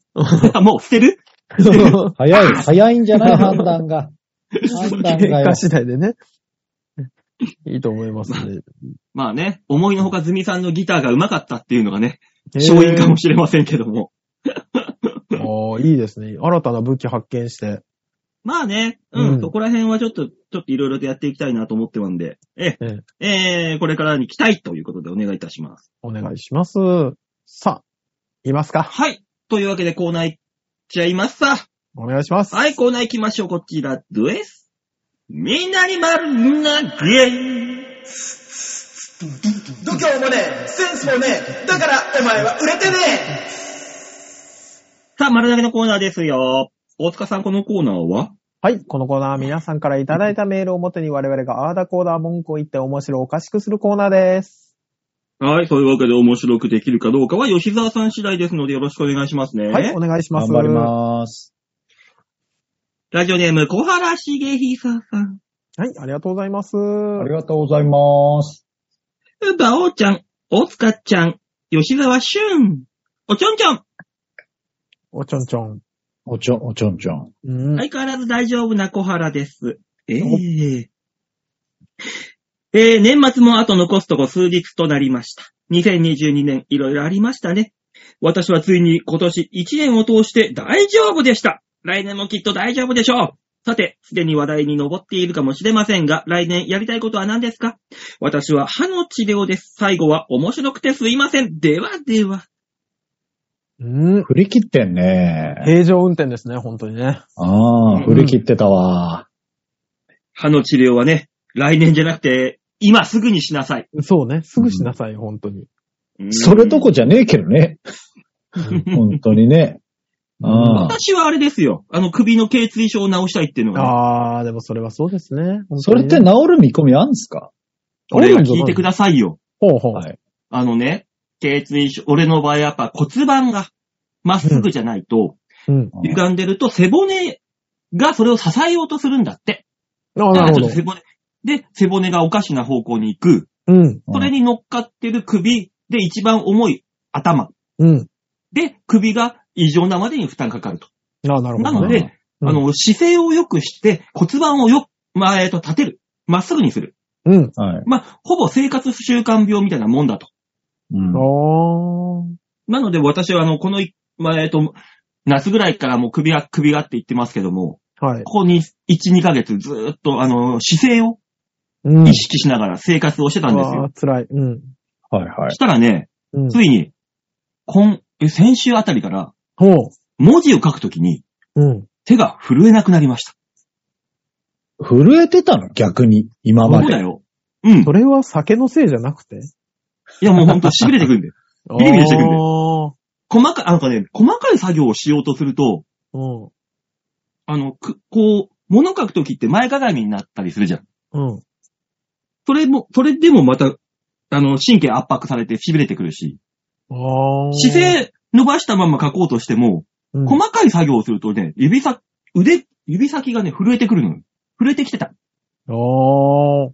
S2: もう捨てる
S4: 早い、早いんじゃない判断が。判断
S3: 結
S4: がよ
S3: 果。次第でね。 いいと思いますね。
S2: まあね、思いのほかズミさんのギターが上手かったっていうのがね、勝因かもしれませんけども。
S3: れない。ああ、いいですね。新たな武器発見して。
S2: まあね、うん、
S3: うん
S2: そこら辺はちょっと、ちょっといろいろとやっていきたいなと思ってますんで、え
S3: え
S2: えーこれからに期待ということでお願いいたします。
S3: お願いします。さあ、いますか
S2: はい。というわけでコーナー行っちゃいますさ。
S3: お願いします。
S2: はい、コーナー行きましょう。こちらです。みんなに丸投げ
S1: 度胸もねえ、センスもねえ、だからお前は売れてねえ
S2: さあ、丸投げのコーナーですよ。大塚さん、このコーナーは
S3: はい。このコーナーは皆さんからいただいたメールをもとに我々がアーダコーダー文句を言って面白おかしくするコーナーです。
S2: はい、そういうわけで面白くできるかどうかは吉沢さん次第ですのでよろしくお願いしますね。
S3: はい。お願いします。
S4: 頑張ります。
S2: ラジオネーム、小原茂久さん。
S3: はい、ありがとうございます。
S4: ありがとうございます。
S2: バオちゃん、大塚ちゃん、吉沢俊、おちょんちょん、
S3: おちょんちょん。
S4: おちょ、おちょんちょん。
S3: うん。
S2: 相変わらず大丈夫な小原です。えええー年末もあと残すとこ数日となりました。2022年いろいろありましたね。私はついに今年1年を通して大丈夫でした。来年もきっと大丈夫でしょう。さて、すでに話題に上っているかもしれませんが、来年やりたいことは何ですか私は歯の治療です。最後は面白くてすいません。ではでは。
S3: うん。
S4: 振り切ってんね。
S3: 平常運転ですね、本当にね。
S4: ああ、振り切ってたわ。
S2: 歯の治療はね、来年じゃなくて、今すぐにしなさい。
S3: そうね、すぐしなさい、本当に。
S4: それどこじゃねえけどね。本当にね。ああ。
S2: 私はあれですよ。あの、首の頚椎症を治したいっていうのが、
S3: あー、でもそれはそうですね。本当にね
S4: それって治る見込みあるんすか
S2: 俺が聞いてくださいよ。
S3: ほうほう。
S4: はい
S2: あのね、頚椎症、俺の場合やっぱ骨盤がまっすぐじゃないと、
S3: うん。
S2: 歪んでると背骨がそれを支えようとするんだって。
S3: あ
S2: だか
S3: な
S2: ら
S3: る
S2: ち
S3: ほ
S2: ょっ
S3: ど
S2: と。背骨。で、背骨がおかしな方向に行く。
S3: うん。
S2: それ
S4: に。
S2: に乗っかってる首で一番重い頭。
S3: うん。
S2: で、首が異常なまでに負担かかると。
S3: あなるほ
S2: な
S3: ど
S2: の
S3: ね。
S2: で、
S3: うん
S2: あの、姿勢を良くして、骨盤をよ、まあ、えっと、立てる。まっすぐにする。
S3: うん。
S4: はい。
S2: まあ、ほぼ生活習慣病みたいなもんだと。
S4: うん
S3: あー。
S2: なので、私は、あの、このい、まあ、えっと、夏ぐらいからもう首が、首がって言ってますけども、
S3: はい。
S2: ここに1、2ヶ月ずーっと、あの、姿勢を
S3: うん
S2: 意識しながら生活をしてたんです
S3: あ
S2: よ。
S3: ー辛い。うん。
S4: はいはい。
S2: したらね、
S3: うん。
S2: ついに、今、え先週あたりから、
S3: ほ
S2: 文字を書くときに
S3: う。うん。
S2: 手が震えなくなりました。
S4: 震えてたの逆に。今ま
S2: そうだ
S4: で。
S2: よ。うん。
S3: それは酒のせいじゃなくて
S2: いや、もうほんと痺れてくるんだよビリビリしてくるね
S3: あー
S2: 細かい、あなんかね、細かい作業をしようとすると、
S3: うん。
S2: あの、くこう、物書くときって前かがみになったりするじゃん。
S3: うん。
S2: それも、それでもまた、あの、神経圧迫されて痺れてくるし、
S3: あー
S2: 姿勢伸ばしたまま書こうとしても、
S3: うん
S2: 細かい作業をするとね、指先、腕、指先がね、震えてくるのよ。震えてきてた。
S3: あー
S2: そ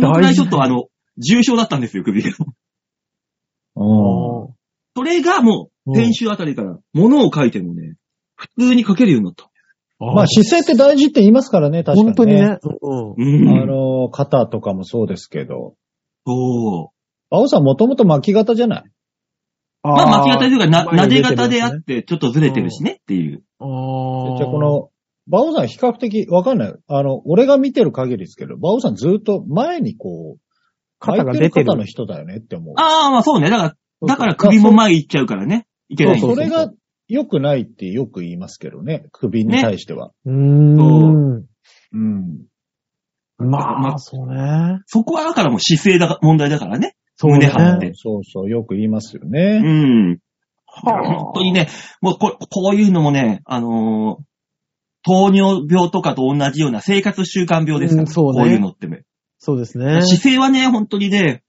S2: のくらいちょっ
S3: 大事
S2: とあの、重症だったんですよ、首が。
S4: うん。
S3: あー。
S2: それがも
S3: う
S2: う、
S3: ん
S2: 先週あたりから、物を書いてもね、普通に書けるようになった。
S4: まあ姿勢って大事って言いますからね、確かに。
S3: 本当に。ね。うん。
S2: う
S4: あ
S2: ん。
S4: の、肩とかもそうですけど。
S2: そう。
S4: バオさんもともと巻き型じゃない
S2: まあ、巻き
S3: ー
S2: 型というか、な、
S3: 前
S2: 撫
S3: に出
S2: で
S3: てるやつね
S2: 型であって、ちょっとずれてるしねっていう。
S3: あ
S4: じゃあこ
S3: ー
S4: の、バオさん比較的わかんない。あの、俺が見てる限りですけど、バオさんずっと前にこう、
S3: 肩が
S4: 巻い
S3: 出てる
S4: 肩の人だよねって思う。
S2: ああ、まあそうね。だから、だから首も前行っちゃうからね。いけ
S4: そ
S2: な
S4: う
S2: いん
S4: そ
S2: で
S4: う
S2: す
S4: それ
S2: よ。
S4: が良くないってよく言いますけどね。首に対しては。
S3: うーん。
S4: うん。
S3: ま
S2: ま
S3: あ、
S2: あ
S3: そうね。
S2: そこはだからもう姿勢だ、問題だからね。
S3: そう
S2: 胸
S3: ね
S2: 張って。
S4: そうそう、よく言いますよ
S2: う
S4: ね。
S2: ん。
S3: はあ
S2: 本当にね、もうここういうのもね、あのー糖尿病とかと同じような生活習慣病ですから、
S3: うんそうね
S2: こういうのってね。
S3: そうですね。
S2: 姿勢はね、本当にね、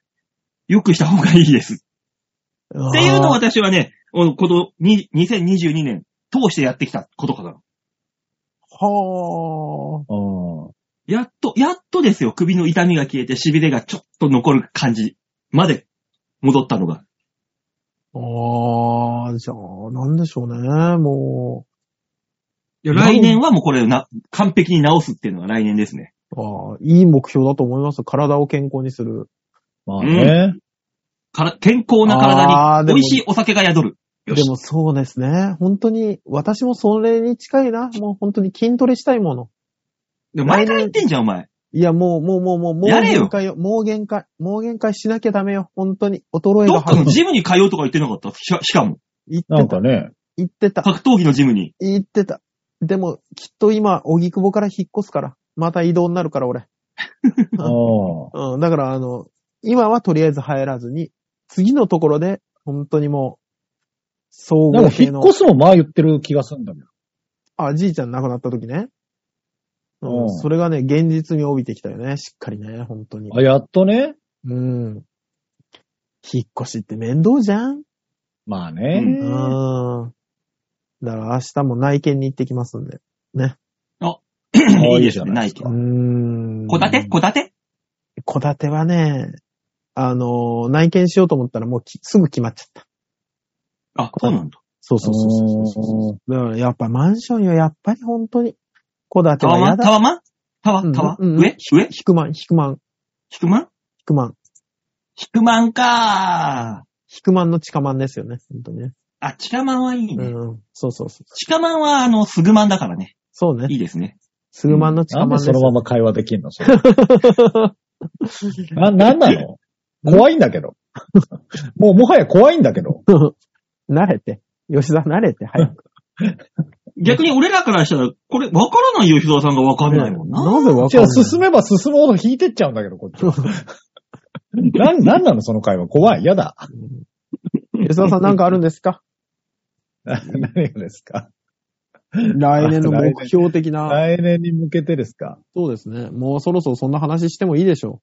S2: 良くした方がいいです。
S3: っ
S2: っていうのを私はね、このに2022年通してやってきたことかな。
S3: は
S4: うん。
S2: やっと、やっとですよ、首の痛みが消えて、痺れがちょっと残る感じまで戻ったのが。
S3: あ。ああ、じゃあ、なんでしょうね、も
S2: いや来年はもうこれをな、完璧に治すっていうのが来年ですね。
S3: う。ああ、いい目標だと思います。体を健康にする。
S4: まあね。
S2: から健康な
S3: あ
S2: 体に、美
S3: ーでも
S2: 味しいお酒が宿る。よ
S3: で
S2: し。
S3: もそうですね。本当に、私もそれに近いな。もう本当に筋トレしたいもの。
S2: でも毎回言ってんじゃん、お前。
S3: いや、もう、もう、もう、もう、もう
S2: やれよ
S3: 限界よ。もう限界。もう限界しなきゃダメよ。本当に。衰え
S2: ど
S3: が
S2: っかの
S3: 激しい
S2: ジムに通うとか言ってなかったしかしかも、
S3: 言っ
S4: な
S3: て
S4: ん
S3: た
S4: か。ね。
S3: 言ってた。
S2: 格闘技のジムに。
S3: 言ってた。でも、きっと今、荻窪から引っ越すから。また移動になるから、俺。
S4: ああ。
S3: うん。だから、あの、今はとりあえず入らずに、次のところで、本当にもう、総
S4: なん
S3: 合
S4: か
S3: 系
S4: 引っ
S3: の
S4: 越、すもまあ言ってる気がするんだけど。
S3: あ、じいちゃん亡くなった時ね。う。
S4: うんん
S3: それがね、現実に帯びてきたよね。しっかりね、本当に。
S4: あ、やっとね。
S3: うん。引っ越しって面倒じゃん
S4: まあね。
S3: う。
S2: うん
S3: だから明日も内見に行ってきますんで。
S2: もいいです
S4: じゃ
S2: よ
S4: な
S2: ね、
S4: い
S2: い
S4: で
S2: け
S4: すか
S2: ど
S3: う。ーん。
S2: こたてこたて
S3: 戸建てはね、あの、内見しようと思ったらもうきすぐ決まっちゃった。
S2: あ、そうなんだ。
S3: そうそうそうそうそう。だからやっぱマンションよ、やっぱり本当に。戸建て
S2: タワ
S3: は
S2: マ
S3: 嫌
S2: ンタ
S3: だ。
S2: ワマンタワ、タワ
S3: うんうん
S2: 上上
S3: ヒクマン、ヒクマン、
S2: ヒクマン
S3: ヒクマン。
S2: ヒクマンか
S3: ヒクマンの地下マンですよね、本当にね。
S2: ー。あ、チカマンはいいね。
S3: うん。そうそうそう。
S2: チカマンは、あの、スグマンだからね。
S3: そうね。
S2: いいですね。
S3: すぐマンの地
S4: な
S3: 下
S4: ん
S3: マ
S4: で
S3: ンです
S4: そ
S3: よ
S4: のまま会話できんのそ れな、なんなの怖いんだ けど。もうもはや怖いんだけど。
S3: 慣れて。吉田慣れて、早く。
S2: 逆に俺らからしたら、これ、わからない吉沢さんがわかんないもんな。
S3: なぜわ
S4: じ
S3: か
S4: ゃ
S3: ん
S4: あ
S3: ない
S4: 進めば進むほど引いてっちゃうんだけど、こっちは。 な、なんなのその会話。怖い。やだ。
S3: 吉田さんなんかあるんですか
S4: 何がですか
S3: 来年の目標的な。
S4: 来年に向けてですか
S3: そうですね。もうそろそろそんな話してもいいでしょ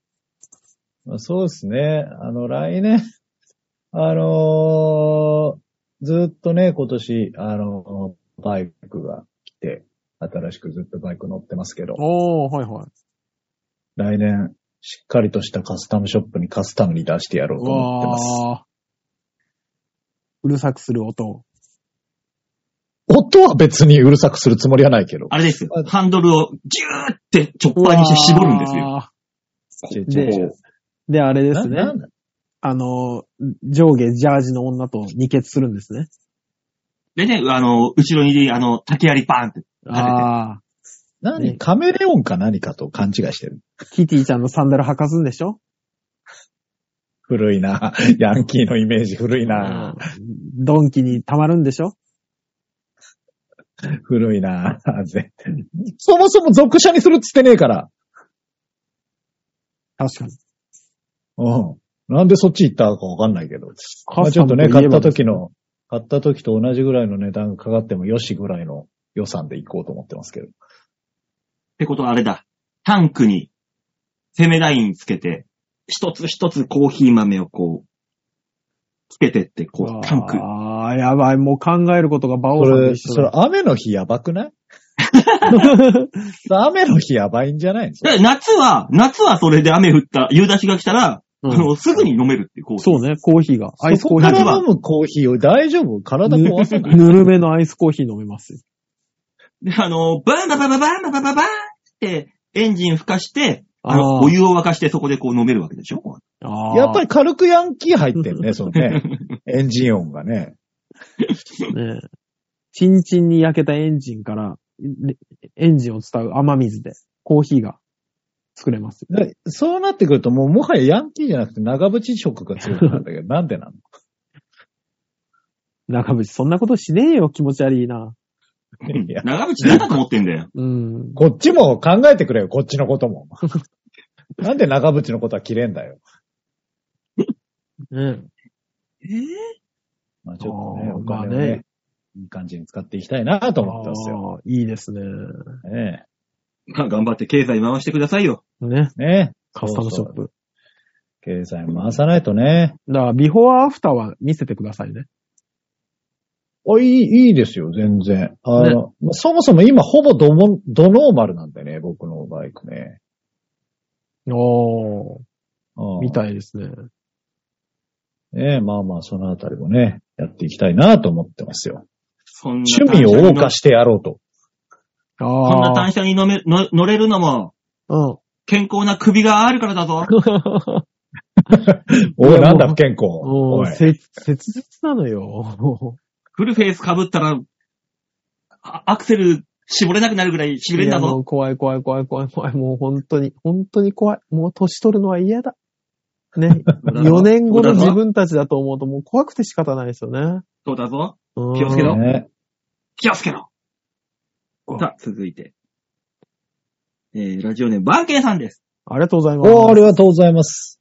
S4: まあそうですね。あの、来年、あのーずっとね、今年、あのーバイクが来て、新しくずっとバイク乗ってますけど
S3: う。、おー、はいはい。
S4: 来年、しっかりとしたカスタムショップにカスタムに出してやろうと思ってます。
S3: わー。うるさくする音。
S4: 音は別にうるさくするつもりはないけど。
S2: あれですよ
S4: あ。
S2: ハンドルをギューってチョッパーにして絞るんですよ。
S3: よ。
S4: ちょいちょいちょい
S3: で、あれですね
S4: な。なんだ
S3: あの、上下ジャージの女と二血するんですね。
S2: でね、あの、後ろに、あの、竹槍バーンって。て
S3: ああ。ね
S4: 何カメレオンか何かと勘違いしてる。
S3: キティちゃんのサンダル履かすんでしょ
S4: 古い な。ヤンキーのイメージ古いな。
S3: うんドンキに溜まるんでしょ
S4: 古いな。 絶対そもそも属者にするっつってねえから。
S3: 確かに。
S4: うん。なんでそっち行ったかわかんないけど。まあ
S3: カス
S4: ちょ
S3: タ
S4: っ
S3: ムい
S4: と
S3: え
S4: ね、
S3: ば
S4: 買った時の、買った時と同じぐらいの値段がかかってもよしぐらいの予算で行こうと思ってますけど。
S2: ってことはあれだ。タンクに、攻めラインつけて、一つ一つコーヒー豆をこう、つけてって、こう、タンク。
S3: ああ、やばい。もう考えることがバオ
S4: こ
S3: さんと
S4: れ、
S3: 一緒
S4: それ
S3: だ。
S4: 雨の日やばくない 雨の日やばいんじゃないの
S2: だから夏は、夏はそれで雨降った、夕出しが来たら、
S3: うん
S2: あの、すぐに飲めるって、こう。
S3: そうね、コーヒーが。アイス
S4: そ
S3: コ
S4: こ
S3: ーヒ
S4: か
S3: ー
S2: そ
S4: ら飲むコーヒーを大丈夫体壊 さない。
S3: ぬるめのアイスコーヒー飲みますよ。
S2: で、あの、バンババババンババババーンって、エンジン吹かして、あ
S3: あ
S2: の、
S3: ー
S2: お湯を沸かしてそこでこう飲めるわけでしょ
S3: ああ
S4: やっぱり軽くヤンキー入ってんね、その ね。エンジン音がね。
S3: ねえ。チンチンに焼けたエンジンから、レエンジンを伝う雨水で、コーヒーが作れますよ。
S4: でそうなってくると、もうもはやヤンキーじゃなくて長渕色が強くなったけど、なんでなの
S3: 中渕、そんなことしねえよ、気持ち悪いな。
S4: いや
S2: 長渕だと思ってんだよ。
S3: うん。
S4: こっちも考えてくれよ、こっちのことも。 なんで長渕のことは切れんだよ。
S3: うん。
S2: えー
S4: まあちょっとね、
S3: あー
S4: お金を
S3: まあ
S4: ね
S3: ね、
S4: いい感じに使っていきたいなと思ってますよ。
S3: ああいいですね。
S4: ね
S2: まあ頑張って経済回してくださいよ。
S3: ね。
S4: えねえ
S3: カスタムショップ。
S4: そう経済回さないとね。
S3: だから、ビフォーアフターは見せてくださいね。
S4: あ、いい、いいですよ、全然。あの、まあそもそも今ほぼドモドノーマルなんでね、僕のバイクね。
S3: おー、
S4: うん
S3: みたいですね。
S4: ねえ、まあまあ、そのあたりもね、やっていきたいなと思ってますよ。
S2: そんな
S4: 趣味を謳歌してやろうと。
S3: ああ。
S2: こんな単車に乗めの乗れるのも、
S3: うん。
S2: 健康な首があるからだぞ。
S4: お
S3: い
S4: い、
S3: や
S4: なんだ、健康。
S3: も
S4: お
S3: う、
S4: い。
S3: せ切実なのよ。
S2: フルフェイス被ったら、あアクセル絞れなくなるぐらい
S3: い
S2: 絞れんだ
S3: やも
S2: ぞ。
S3: う怖い怖い怖い怖い怖い。もう本当に、本当に怖い。もう年取るのは嫌だ。 ね。4年後の自分たちだと思うともう怖くて仕方ないですよね。
S2: そうだぞ。
S3: うん
S2: 気をつけろ
S4: ね、
S2: 気をつけろ。さあ、続いて。えー、ラジオネーム、バーケンさんです。
S3: ありがとうございます。
S4: おーありがとうございます。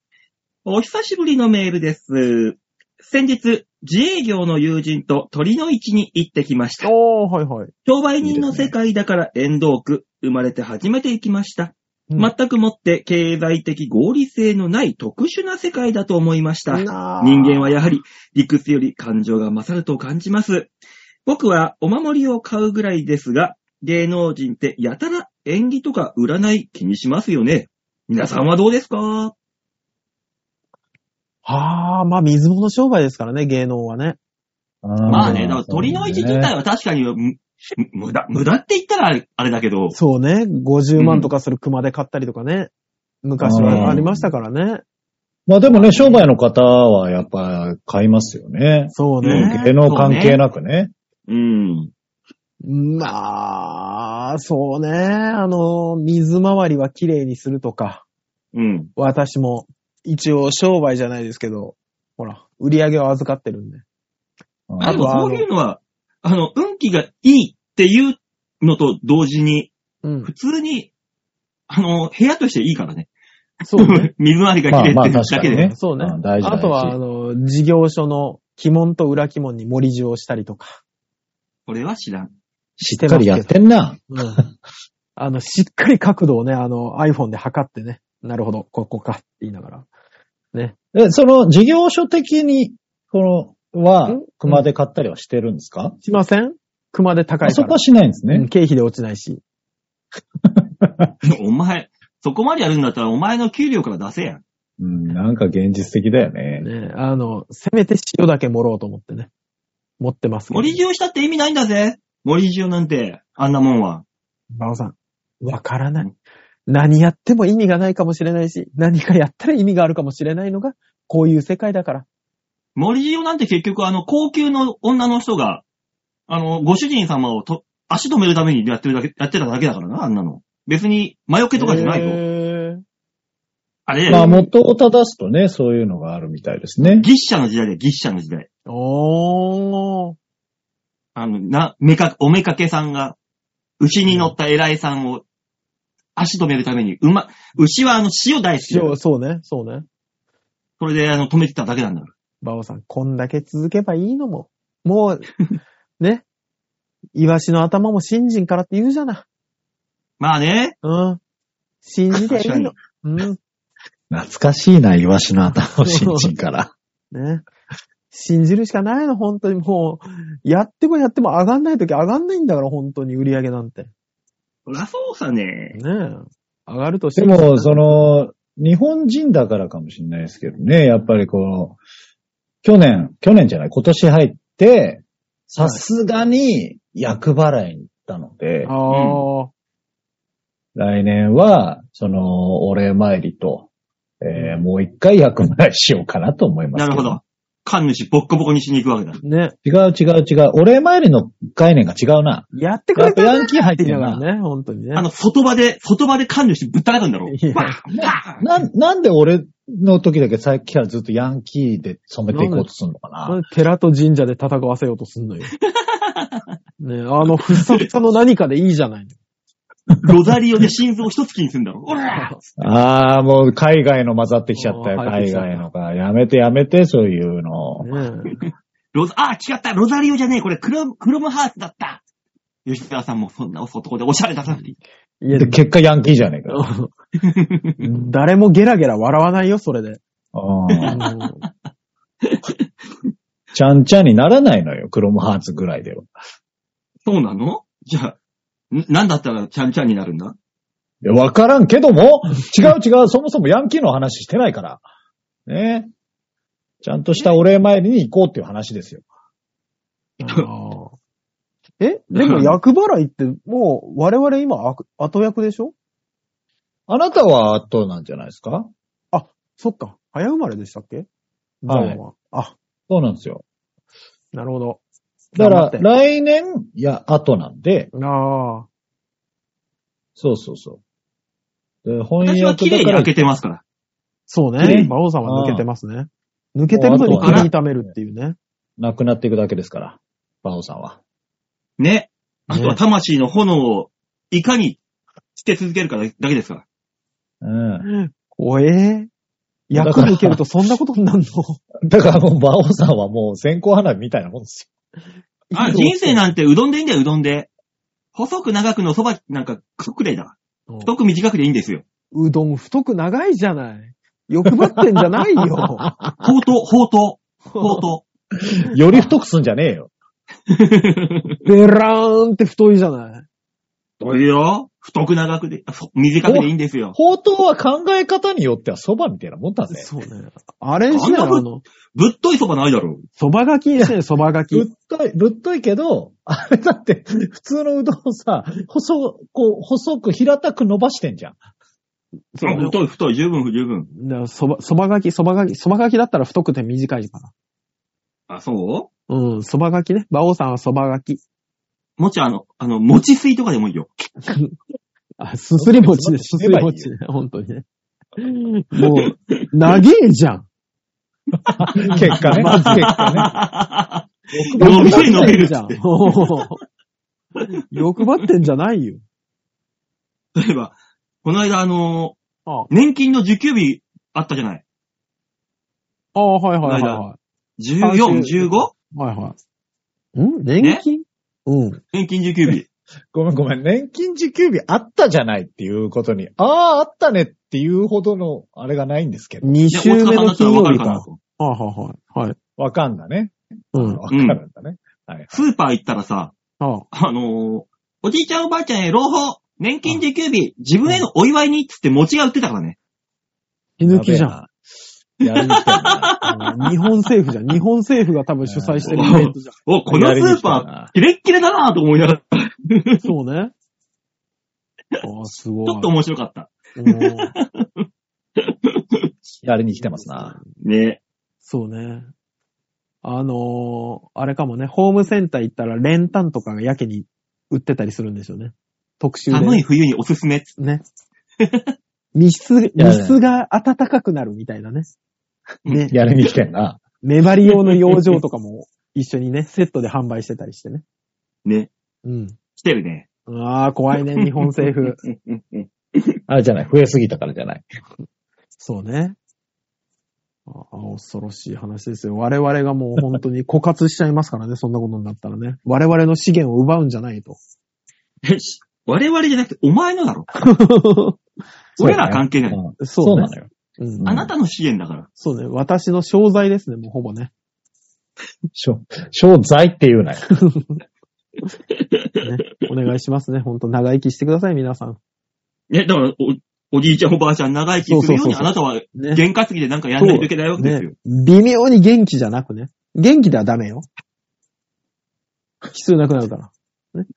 S2: お久しぶりのメールです。先日、自営業の友人と鳥の市に行ってきました。
S3: おーはいはい。
S2: 商売人の世界だから縁遠く、生まれて初めて行きました。
S3: うん
S2: 全くもって経済的合理性のない特殊な世界だと思いました。人
S3: なあ
S2: 間はやはり理屈より感情が勝ると感じます。僕はお守りを買うぐらいですが、芸能人ってやたら演技とか占い気にしますよね。皆さんはどうですか
S3: はあ、まあ水物商売ですからね、芸能はね。
S2: ま
S4: ま
S2: あね、だから鳥の位置自体は確かにむ無駄、無駄って言ったらあれだけど、
S3: そうね、50万とかする熊で買ったりとかね。昔はありましたからね。
S4: まあでもね、商売の方はやっぱ買いますよね。
S3: そ
S2: う
S3: う
S2: ん
S3: ね。
S4: 芸能関係なくね。
S2: うん。
S3: まあ、そうね。あの、水回りは綺麗にするとか。
S2: うん。
S3: 私も、一応商売じゃないですけど、ほら、売り上げを預かってるんで。
S4: うん
S2: あ
S3: あ
S2: で
S3: と
S2: も
S3: は
S2: そういうのは、あの、運気がいいっていうのと同時に、
S3: うん
S2: 普。通に、あの、部屋としていいからね。
S3: そうね。
S2: 水回りが綺麗っていうだけで。
S4: ね
S3: そうね
S4: うん。 大事
S3: あとは、あの、事業所の鬼門と裏鬼門に盛り地をしたりとか。
S2: これは知らん。
S4: しっかりやってんな。
S3: うん。 あの、しっかり角度をね、あの、iPhone で測ってね。なるほど、ここかって言いながら。
S4: え、その事業所的に、この、は
S3: ん、
S4: 熊で買ったりはしてるんですか、
S3: しません熊で高い
S4: あ
S3: か
S4: そ
S3: ら。
S4: こはしないんです
S3: うん
S4: ね。
S3: 経費で落ちないし。
S2: お前、そこまでやるんだったらお前の給料から出せや。
S4: うん、なんか現実的だよね。
S3: ね、あの、せめて塩だけ盛ろうと思ってね。持ってますけど。
S2: 森塩したって意味ないんだぜ。森塩なんて、あんなもんは。
S3: バオさん、わからな
S2: う
S3: い。何やっても意味がないかもしれないし、何かやったら意味があるかもしれないのが、こういう世界だから。
S2: 森塩なんて結局あの、高級の女の人が、あの、ご主人様をと足止めるためにやってるだけ、やってただけだからな、あんなの。別に、魔除けとかじゃないぞ。
S3: へー
S2: あれ、
S4: まあ、元を正すとね、そういうのがあるみたいですね。
S2: ギッシャの時代だよ、ギッシャの時代。
S3: おー。
S2: あの、な、めか、おめかけさんが、牛に乗った偉いさんを、足止めるために、うま、牛はあの、塩大好きだよ
S3: 塩、そうね、そうね。
S2: それであの、止めてただけなんだから。
S3: バオさん、こんだけ続けばいいのも。もう、ね。イワシの頭も信心からって言うじゃない。
S2: まあね、
S3: うん。信じていいの。うん。
S4: 懐かしいな、イワシの頭を新人から。
S3: ね。信じるしかないの、本当にもう。やってもやっても上がんないとき上がんないんだから、本当に売り上げなんて。
S2: そりゃそうさね。
S3: ねえ。上がるとして
S4: でも、その、日本人だからかもしれないですけどね、やっぱりこう、去年、去年じゃない、今年入って、さすがに役払いに行ったので、
S3: ああ、
S4: 来年は、その、お礼参りと、えーもう一回役払いしようかなと思います
S2: な
S4: け
S2: るほど。神主ボッコボコにしに行くわけだ。
S3: ね。
S4: 違う違う違う。お礼参りの概念が違うな。
S3: やってく
S4: や
S3: れ
S4: っぱ
S3: た
S4: ヤンキー入っ
S3: って
S4: て
S3: 言い
S4: る
S3: な
S4: な。
S3: がらね、本当にね。
S2: あの、外場で、外場で神主ぶったたくんだろ。
S3: いや
S2: バーンバーン
S4: な、なんで俺の時だけさっきからずっとヤンキーで染めていこうとするのかな。
S3: 寺と神社で戦わせようとすんのよ。ねあの、ふっさふさの何かでいいじゃない
S2: ロザリオで心臓一つきにするんだろ。おら
S3: の。
S4: ああ、もう海外の混ざってきちゃったよ。
S3: あー入ってき
S4: 海
S3: ちゃった
S4: 外のか。やめてやめて、そういうの。
S3: ね
S2: ロザ、あ、違った。ロザリオじゃねえ。これ、クロム、クロムハーツだった。吉沢さんもそんな男でおしゃれ出さなくていい。
S3: えいや
S4: で、、結果ヤンキーじゃね えか。
S3: うん誰もゲラゲラ笑わないよ、それで。
S4: あ
S3: う
S4: ー
S3: ん
S4: ちゃんちゃんにならないのよ。クロムハーツぐらいでは。
S2: そうなのじゃあ、んなんだったらちゃんちゃんになるんだ
S4: いやわからんけども、違う違う、そもそもヤンキーの話してないから。ねちゃんとしたお礼参りに行こうっていう話ですよ。
S3: えでも役払いって、もう、我々今、あ後役でしょ
S4: あなたは後なんじゃないですか
S3: そっか。早生まれでしたっけ
S4: はい
S3: ザワはあ、
S4: そうなんですよ。
S3: なるほど。
S4: だ
S3: 頑
S4: か
S3: 張
S4: ら、
S3: って
S4: 来年、いや、後なんで、
S3: ああ。
S4: そうそうそう。で翻
S2: 私は
S4: 訳
S2: 綺麗
S4: だ
S2: に
S4: から
S2: 開、けてますから。
S3: そう
S4: 綺麗
S3: ね。馬王さんは抜けてますね。抜けてるのに首痛めるっていうね。
S4: なくなっていくだけですから、バオさんは。
S2: ね。あとは
S3: ね
S2: 魂の炎をいかに捨て続けるかだけですから。
S4: うん。
S3: おえー、
S4: だ
S3: 役
S4: から
S3: 抜けるとそんなことになるの
S4: だからもう、バオさんはもう線香花火みたいなもんです
S2: あ、人生なんてうどんでいいんだよ、うどんで。細く長くのそばなんかクソくらいだ。太く短くでいいんですよ。
S3: うどん太く長いじゃない。欲張ってんじゃないよ。
S2: ほうとう、ほうとう、ほうと
S4: よ。より太くすんじゃねえよ。
S2: う。
S3: ベラーンって太いじゃない。
S2: どうよ。太く長くで、あそう短くでいいんですよ。
S4: 宝刀は考え方によっては蕎麦みたいなもんだぜ。
S3: そうね。あれにしな
S2: あんな
S3: よ、
S2: ぶ
S3: あの、
S2: ぶっといそばないだろう。
S3: 蕎麦がきにしなよ、蕎麦が
S4: ぶっ
S3: き。
S4: とい、ぶっといけど、あれだって、普通のうどんさ、細、こう、細く平たく伸ばしてんじゃん。
S3: そう
S2: あ太い太い、十分十分。
S3: だから蕎麦、蕎麦がき、蕎麦がき、蕎麦がきだったら太くて短いから。
S2: あ、そう
S3: うん、蕎麦がきね。馬王さんは蕎麦がき。
S2: もちあの、あの、餅水とかでもいいよ。
S3: あ、すすり餅ね、す
S4: そ
S3: す
S4: う
S3: り
S4: だよ
S3: 餅ね、本当にね。もう、長えじゃん。
S4: 結果ね。結果ね。
S2: 伸びる伸びる
S3: じゃん。 欲張ってんじゃないよ。
S2: 例えば、この間あの
S3: ああ、
S2: 年金の受給日あったじゃない。
S3: ああ、はいはいはいは
S2: 14、15?
S3: 30い。はいはい。ん年金うん。
S2: 年金受給日。
S4: ごめんごめん。年金受給日あったじゃないっていうことに、ああ、あったねっていうほどの、あれがないんですけど。
S3: 2
S2: で
S3: 週
S2: 大塚さ
S3: 目
S2: んだ
S3: の
S2: ったら
S3: 金
S2: わ
S3: 曜
S2: か
S3: 日
S2: るかな
S3: か。
S2: と。
S3: ああ、はいはいはい。
S4: わかんだね。
S3: うん。
S4: わかるんだね。はい。
S2: スーパー行ったらさ、
S3: あ
S2: あのーおじいちゃんおばあちゃんへ朗報年金受給日自分へのお祝いにっつって餅が売ってたからね。
S3: 手抜きじゃん。
S4: やべえな。やりに来た な。
S3: うん日本政府じゃん。日本政府が多分主催してるイベントじゃん。
S2: お、このスーパー、キレッキレだなぁと思いながら、ち
S3: そうね。ああ、すごい。
S2: ょっと面白かった。
S3: うん
S4: やりに来てますな。
S2: ね。
S3: そうね。あのーあれかもね、ホームセンター行ったら練炭とかがやけに売ってたりするんですよね。特集で。
S2: 寒い冬におすすめっつって。
S3: ね。密室、
S4: やね
S3: 密室が暖かくなるみたいなね。ね。
S4: やりに来てんな。
S3: 目張り用の養生とかも一緒にね、セットで販売してたりしてね。
S2: ね。
S3: うん。
S2: 来てるね。
S3: ああ、怖いね、日本政府。
S4: あれじゃない。増えすぎたからじゃない。
S3: そうね。ああ恐ろしい話ですよ。我々がもう本当に枯渇しちゃいますからね、そんなことになったらね。我々の資源を奪うんじゃないと。
S2: えし我々じゃなくてお前のだ ろ。俺らは関係ない。
S4: うん
S3: そ
S4: そう
S3: うね
S4: なのよ。
S3: うん
S4: ん
S2: あなたの支援だから。
S3: そうね。私の商材ですね、もうほぼね。
S4: しょ、商材って言うなよ。
S3: ねお願いしますね。ほんと、長生きしてください、皆さん。
S2: ね、だから、お、おじいちゃんおばあちゃん長生きするよう
S3: そうそうそう
S2: に
S3: そ
S2: あ
S3: う
S2: なたは、
S3: ね。
S2: 験担ぎでなんかやんないといけないわけで
S3: ね
S2: すよ。。
S3: 微妙に元気じゃなくね。元気ではダメよ。必要なくなるから。ね。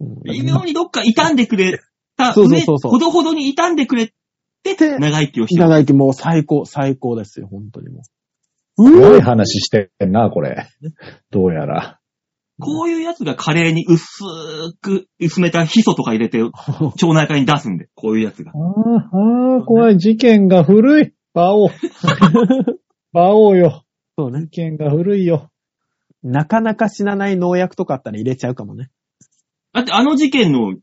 S3: うん
S2: 微妙にどっか傷んでくれた、
S3: そうそう
S2: ね
S3: そうそう
S2: ほどほどに傷んでくれて、
S3: で
S2: 長生きをしてる。
S3: 長生きもう最高、最高ですよ、本当にもう。
S4: すご
S3: う
S4: い
S3: ー
S4: 話してんな、これ。どうやら。
S2: こういうやつがカレーに薄く薄めたヒ素とか入 れて、町内会に出すんで、こういうやつが。
S4: ああ、怖い。事件が古い。馬 王。馬王よ。
S3: そうね
S4: 事。件が古いよ。
S3: なかなか死なない農薬とかあったら入れちゃうかもね。
S2: だってあの事件の、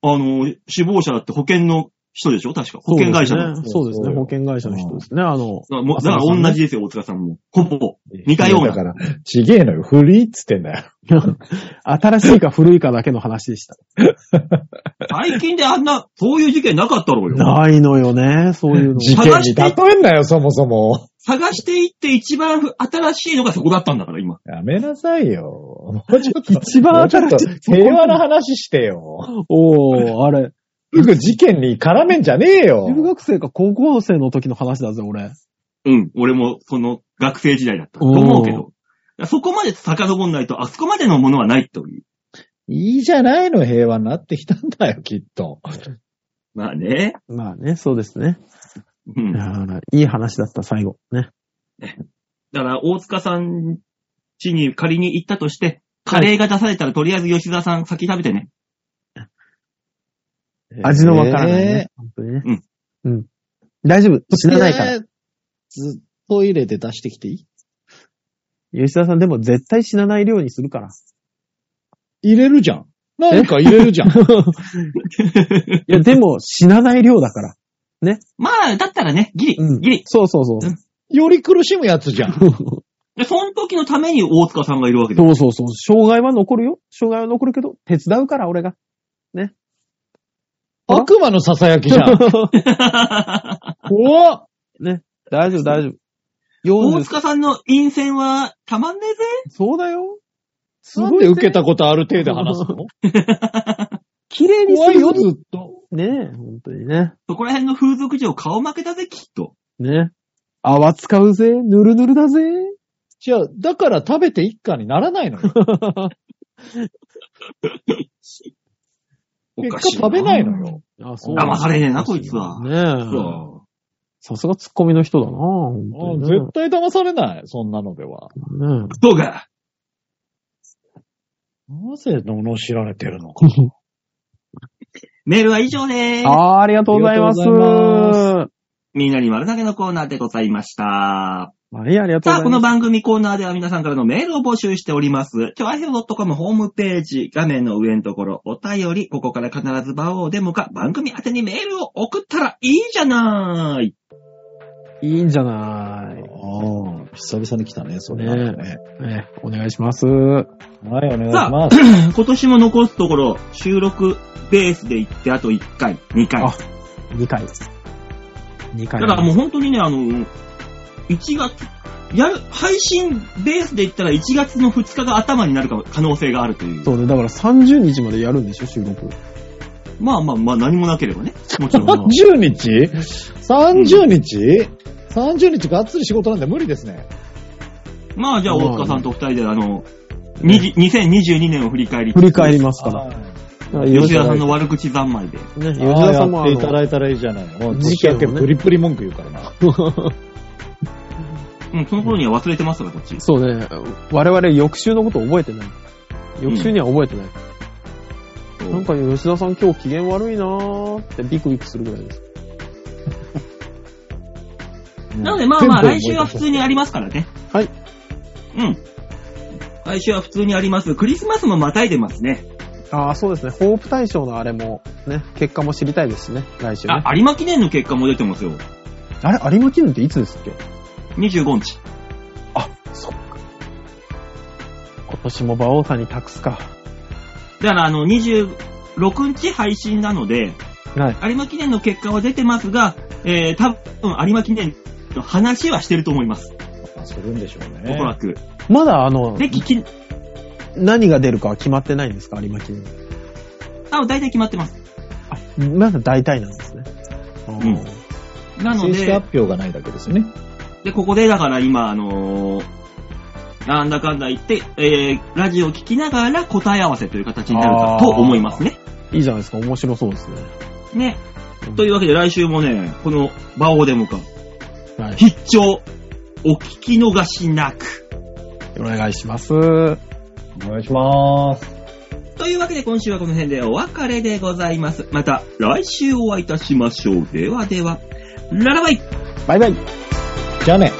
S2: あの、死亡者だって保険の人でしょ確か。保険会社の。
S3: の。そうですね。保険会社の人ですね。あの、
S2: だからもうだから同じですよ、大塚さんも。ほぼ。似たよう
S4: だか
S2: な。
S4: ら、ちげえのよ。古いっつってんだよ。
S3: 新しいか古いかだけの話でした。
S2: 最近であんな、そういう事件なかったろうよ。
S3: ないのよね、そういうの。
S4: 事件に例えんなよ、そもそも。
S2: 探していって一番新しいのがそこだったんだから、今。
S4: やめなさいよ。もうちょっと、
S3: 一
S4: も
S3: 番
S4: うちょ
S3: 新
S4: っと
S3: しい。
S4: 平和な話してよ。
S3: おー、あれ。
S4: すぐ事件に絡めんじゃねえよ。
S3: 中学生か高校生の時の話だぜ、俺。
S2: うん。俺も、その、学生時代だったと
S3: おー
S2: 思うけど。そこまで遡んないと、あそこまでのものはないという。
S4: いいじゃないの、平和になってきたんだよ、きっと。
S2: まあね。
S3: まあね、そうですね。
S2: うん。
S3: いや
S2: だ
S3: ーいい話だった、最後。ね。
S2: から、大塚さん家に仮に行ったとして、カレーが出されたら、とりあえず吉沢さん先食べてね。
S3: 味のわからないね。本当にね。うん。大丈夫。死なないから。
S4: ら。ずトイレで出してきていい
S3: 吉田さんでも絶対死なない量にするから。
S4: 入れるじゃん。なんか入れるじゃん。
S3: いや、でも死なない量だから。
S2: まあ、だったらね、ギリ、
S3: うん
S2: ギリ。
S3: そうそうそう。
S2: うん
S4: より苦しむやつじゃん。
S2: で、その時のために大塚さんがいるわけで。
S3: そうそうそう。障害は残るよ。障害は残るけど、手伝うから、俺が。あ
S4: 悪魔の囁 きじゃん。怖っ
S3: 大丈夫、大丈
S2: 大
S3: 夫。40、
S2: 塚さんの陰線は、たまんねえぜ。
S3: そうだよ。す
S4: なん
S3: ご
S4: で
S3: い
S4: 受けたことある程度話すの
S3: 綺麗にす
S4: 怖い
S3: るよう
S4: よ、
S3: に。
S4: ずっと。
S3: ねえ、本当にね。
S2: そこら辺の風俗嬢顔負けだぜ、きっと。
S3: ねえ。泡使うぜ、ぬるぬるだぜ。
S4: じゃあ、だから食べて一家にならないのよ。
S2: おか
S4: 結果
S2: しい。
S4: 食べないの。よ。
S3: あ、
S2: 騙されねえな、こいつは。
S3: ねえ。
S2: そ
S3: さすがツッコミの人だな
S4: ああ
S3: 本当にね
S4: 絶対騙されない。そんなのでは。
S3: ね
S2: う。そうか。
S4: なぜ罵られてるのか。
S2: メールは以上で
S3: え
S2: す。
S3: あーありがとうございます。
S4: ありがとうござい
S2: みんなに丸投げのコーナーでございました。
S3: はい、ありがと
S2: さ
S3: うご
S2: あ、
S3: ざい
S2: こ
S3: ま
S2: の
S3: す。
S2: 番組コーナーでは皆さんからのメールを募集しております。今日は .com ホームページ、画面の上のところ、お便り、ここから必ず場をデモか、番組宛てにメールを送ったらいいじゃない。
S3: いいんじゃない。
S4: ああ、久々に来たね、それ。
S3: ねね、お願いします。
S4: はい、お願いします。
S2: 今年も残すところ、収録ベースで行ってあと1回、2回。
S3: あ2回。2
S2: た
S3: 回。
S2: だからもう本当にね、あの、1月、やる、配信ベースで行ったら1月の2日が頭になるかも可能性があるという。
S3: そうね、だから30日までやるんでしょ、収録。
S2: まあまあまあ何もなければね。もちろん。
S4: 30日 ?30 日 ?30 日がっつり仕事なんで無理ですね。
S2: まあじゃあ、大塚さんと二人で、あの、にじ2022年を振り返り。
S3: 振り返りますから。
S4: はい
S2: 吉田さんの悪口三昧で。
S3: ね、吉
S4: ああ
S3: 田さんもあ
S4: やっていた
S3: の、
S4: だいたらいいじゃない。もう
S3: 事
S4: 年
S3: 件をね
S4: 明けプリプリ文句言うからな。
S2: うん、その頃には忘れてますから、こっち。
S3: そうね、我々翌週のこと覚えてない。翌週には覚えてない。なんか吉田さん今日機嫌悪いなーってビクビクするぐらいです。
S2: なので、まあまあ、
S4: 全部思
S2: 来
S4: い出し
S2: 週は普通にありますからね。
S3: はい。
S2: うん。来週は普通にあります。クリスマスもまたいでますね。
S3: ああ、そうですね。ホープ大賞のあれも、ね、結果も知りたいですしね、来週ね。
S2: あ、有馬記念の結果も出てますよ。
S3: あれ、有馬記念っていつですっけ
S2: 25日。
S3: そっか。今年も馬王さんに託すか。
S2: だから、あの、26日配信なので、
S3: はい。
S2: 有馬記念の結果は出てますが、えー、多分、有馬記念の話はしてると思います。
S4: まあするんでしょう
S2: おそら
S4: ね。
S2: く。
S3: まだあの、
S2: で、聞き、
S3: 何が出るかは決まってないんですか有馬記念。
S2: あ、大体決まってます。
S3: あ、まだ大体なんですね。
S2: んなの
S4: 正式
S2: で
S4: 発、表がないだけですね。
S2: で、ここでだから今、あのーなんだかんだ言って、えー、ラジオを聞きながら答え合わせという形になるかと思いますね。
S3: いいじゃないですか。面白そうですね。
S2: ね
S3: う。ん
S2: というわけで来週もね、この、バオデモか、
S3: はい。
S2: 必聴、お聞き逃しなく。
S3: お願いします。は
S4: お願いします。
S2: というわけで今週はこの辺でお別れでございます。また来週お会いいたしましょう。ではでは、ララバイ
S4: バイバイ。じゃあね。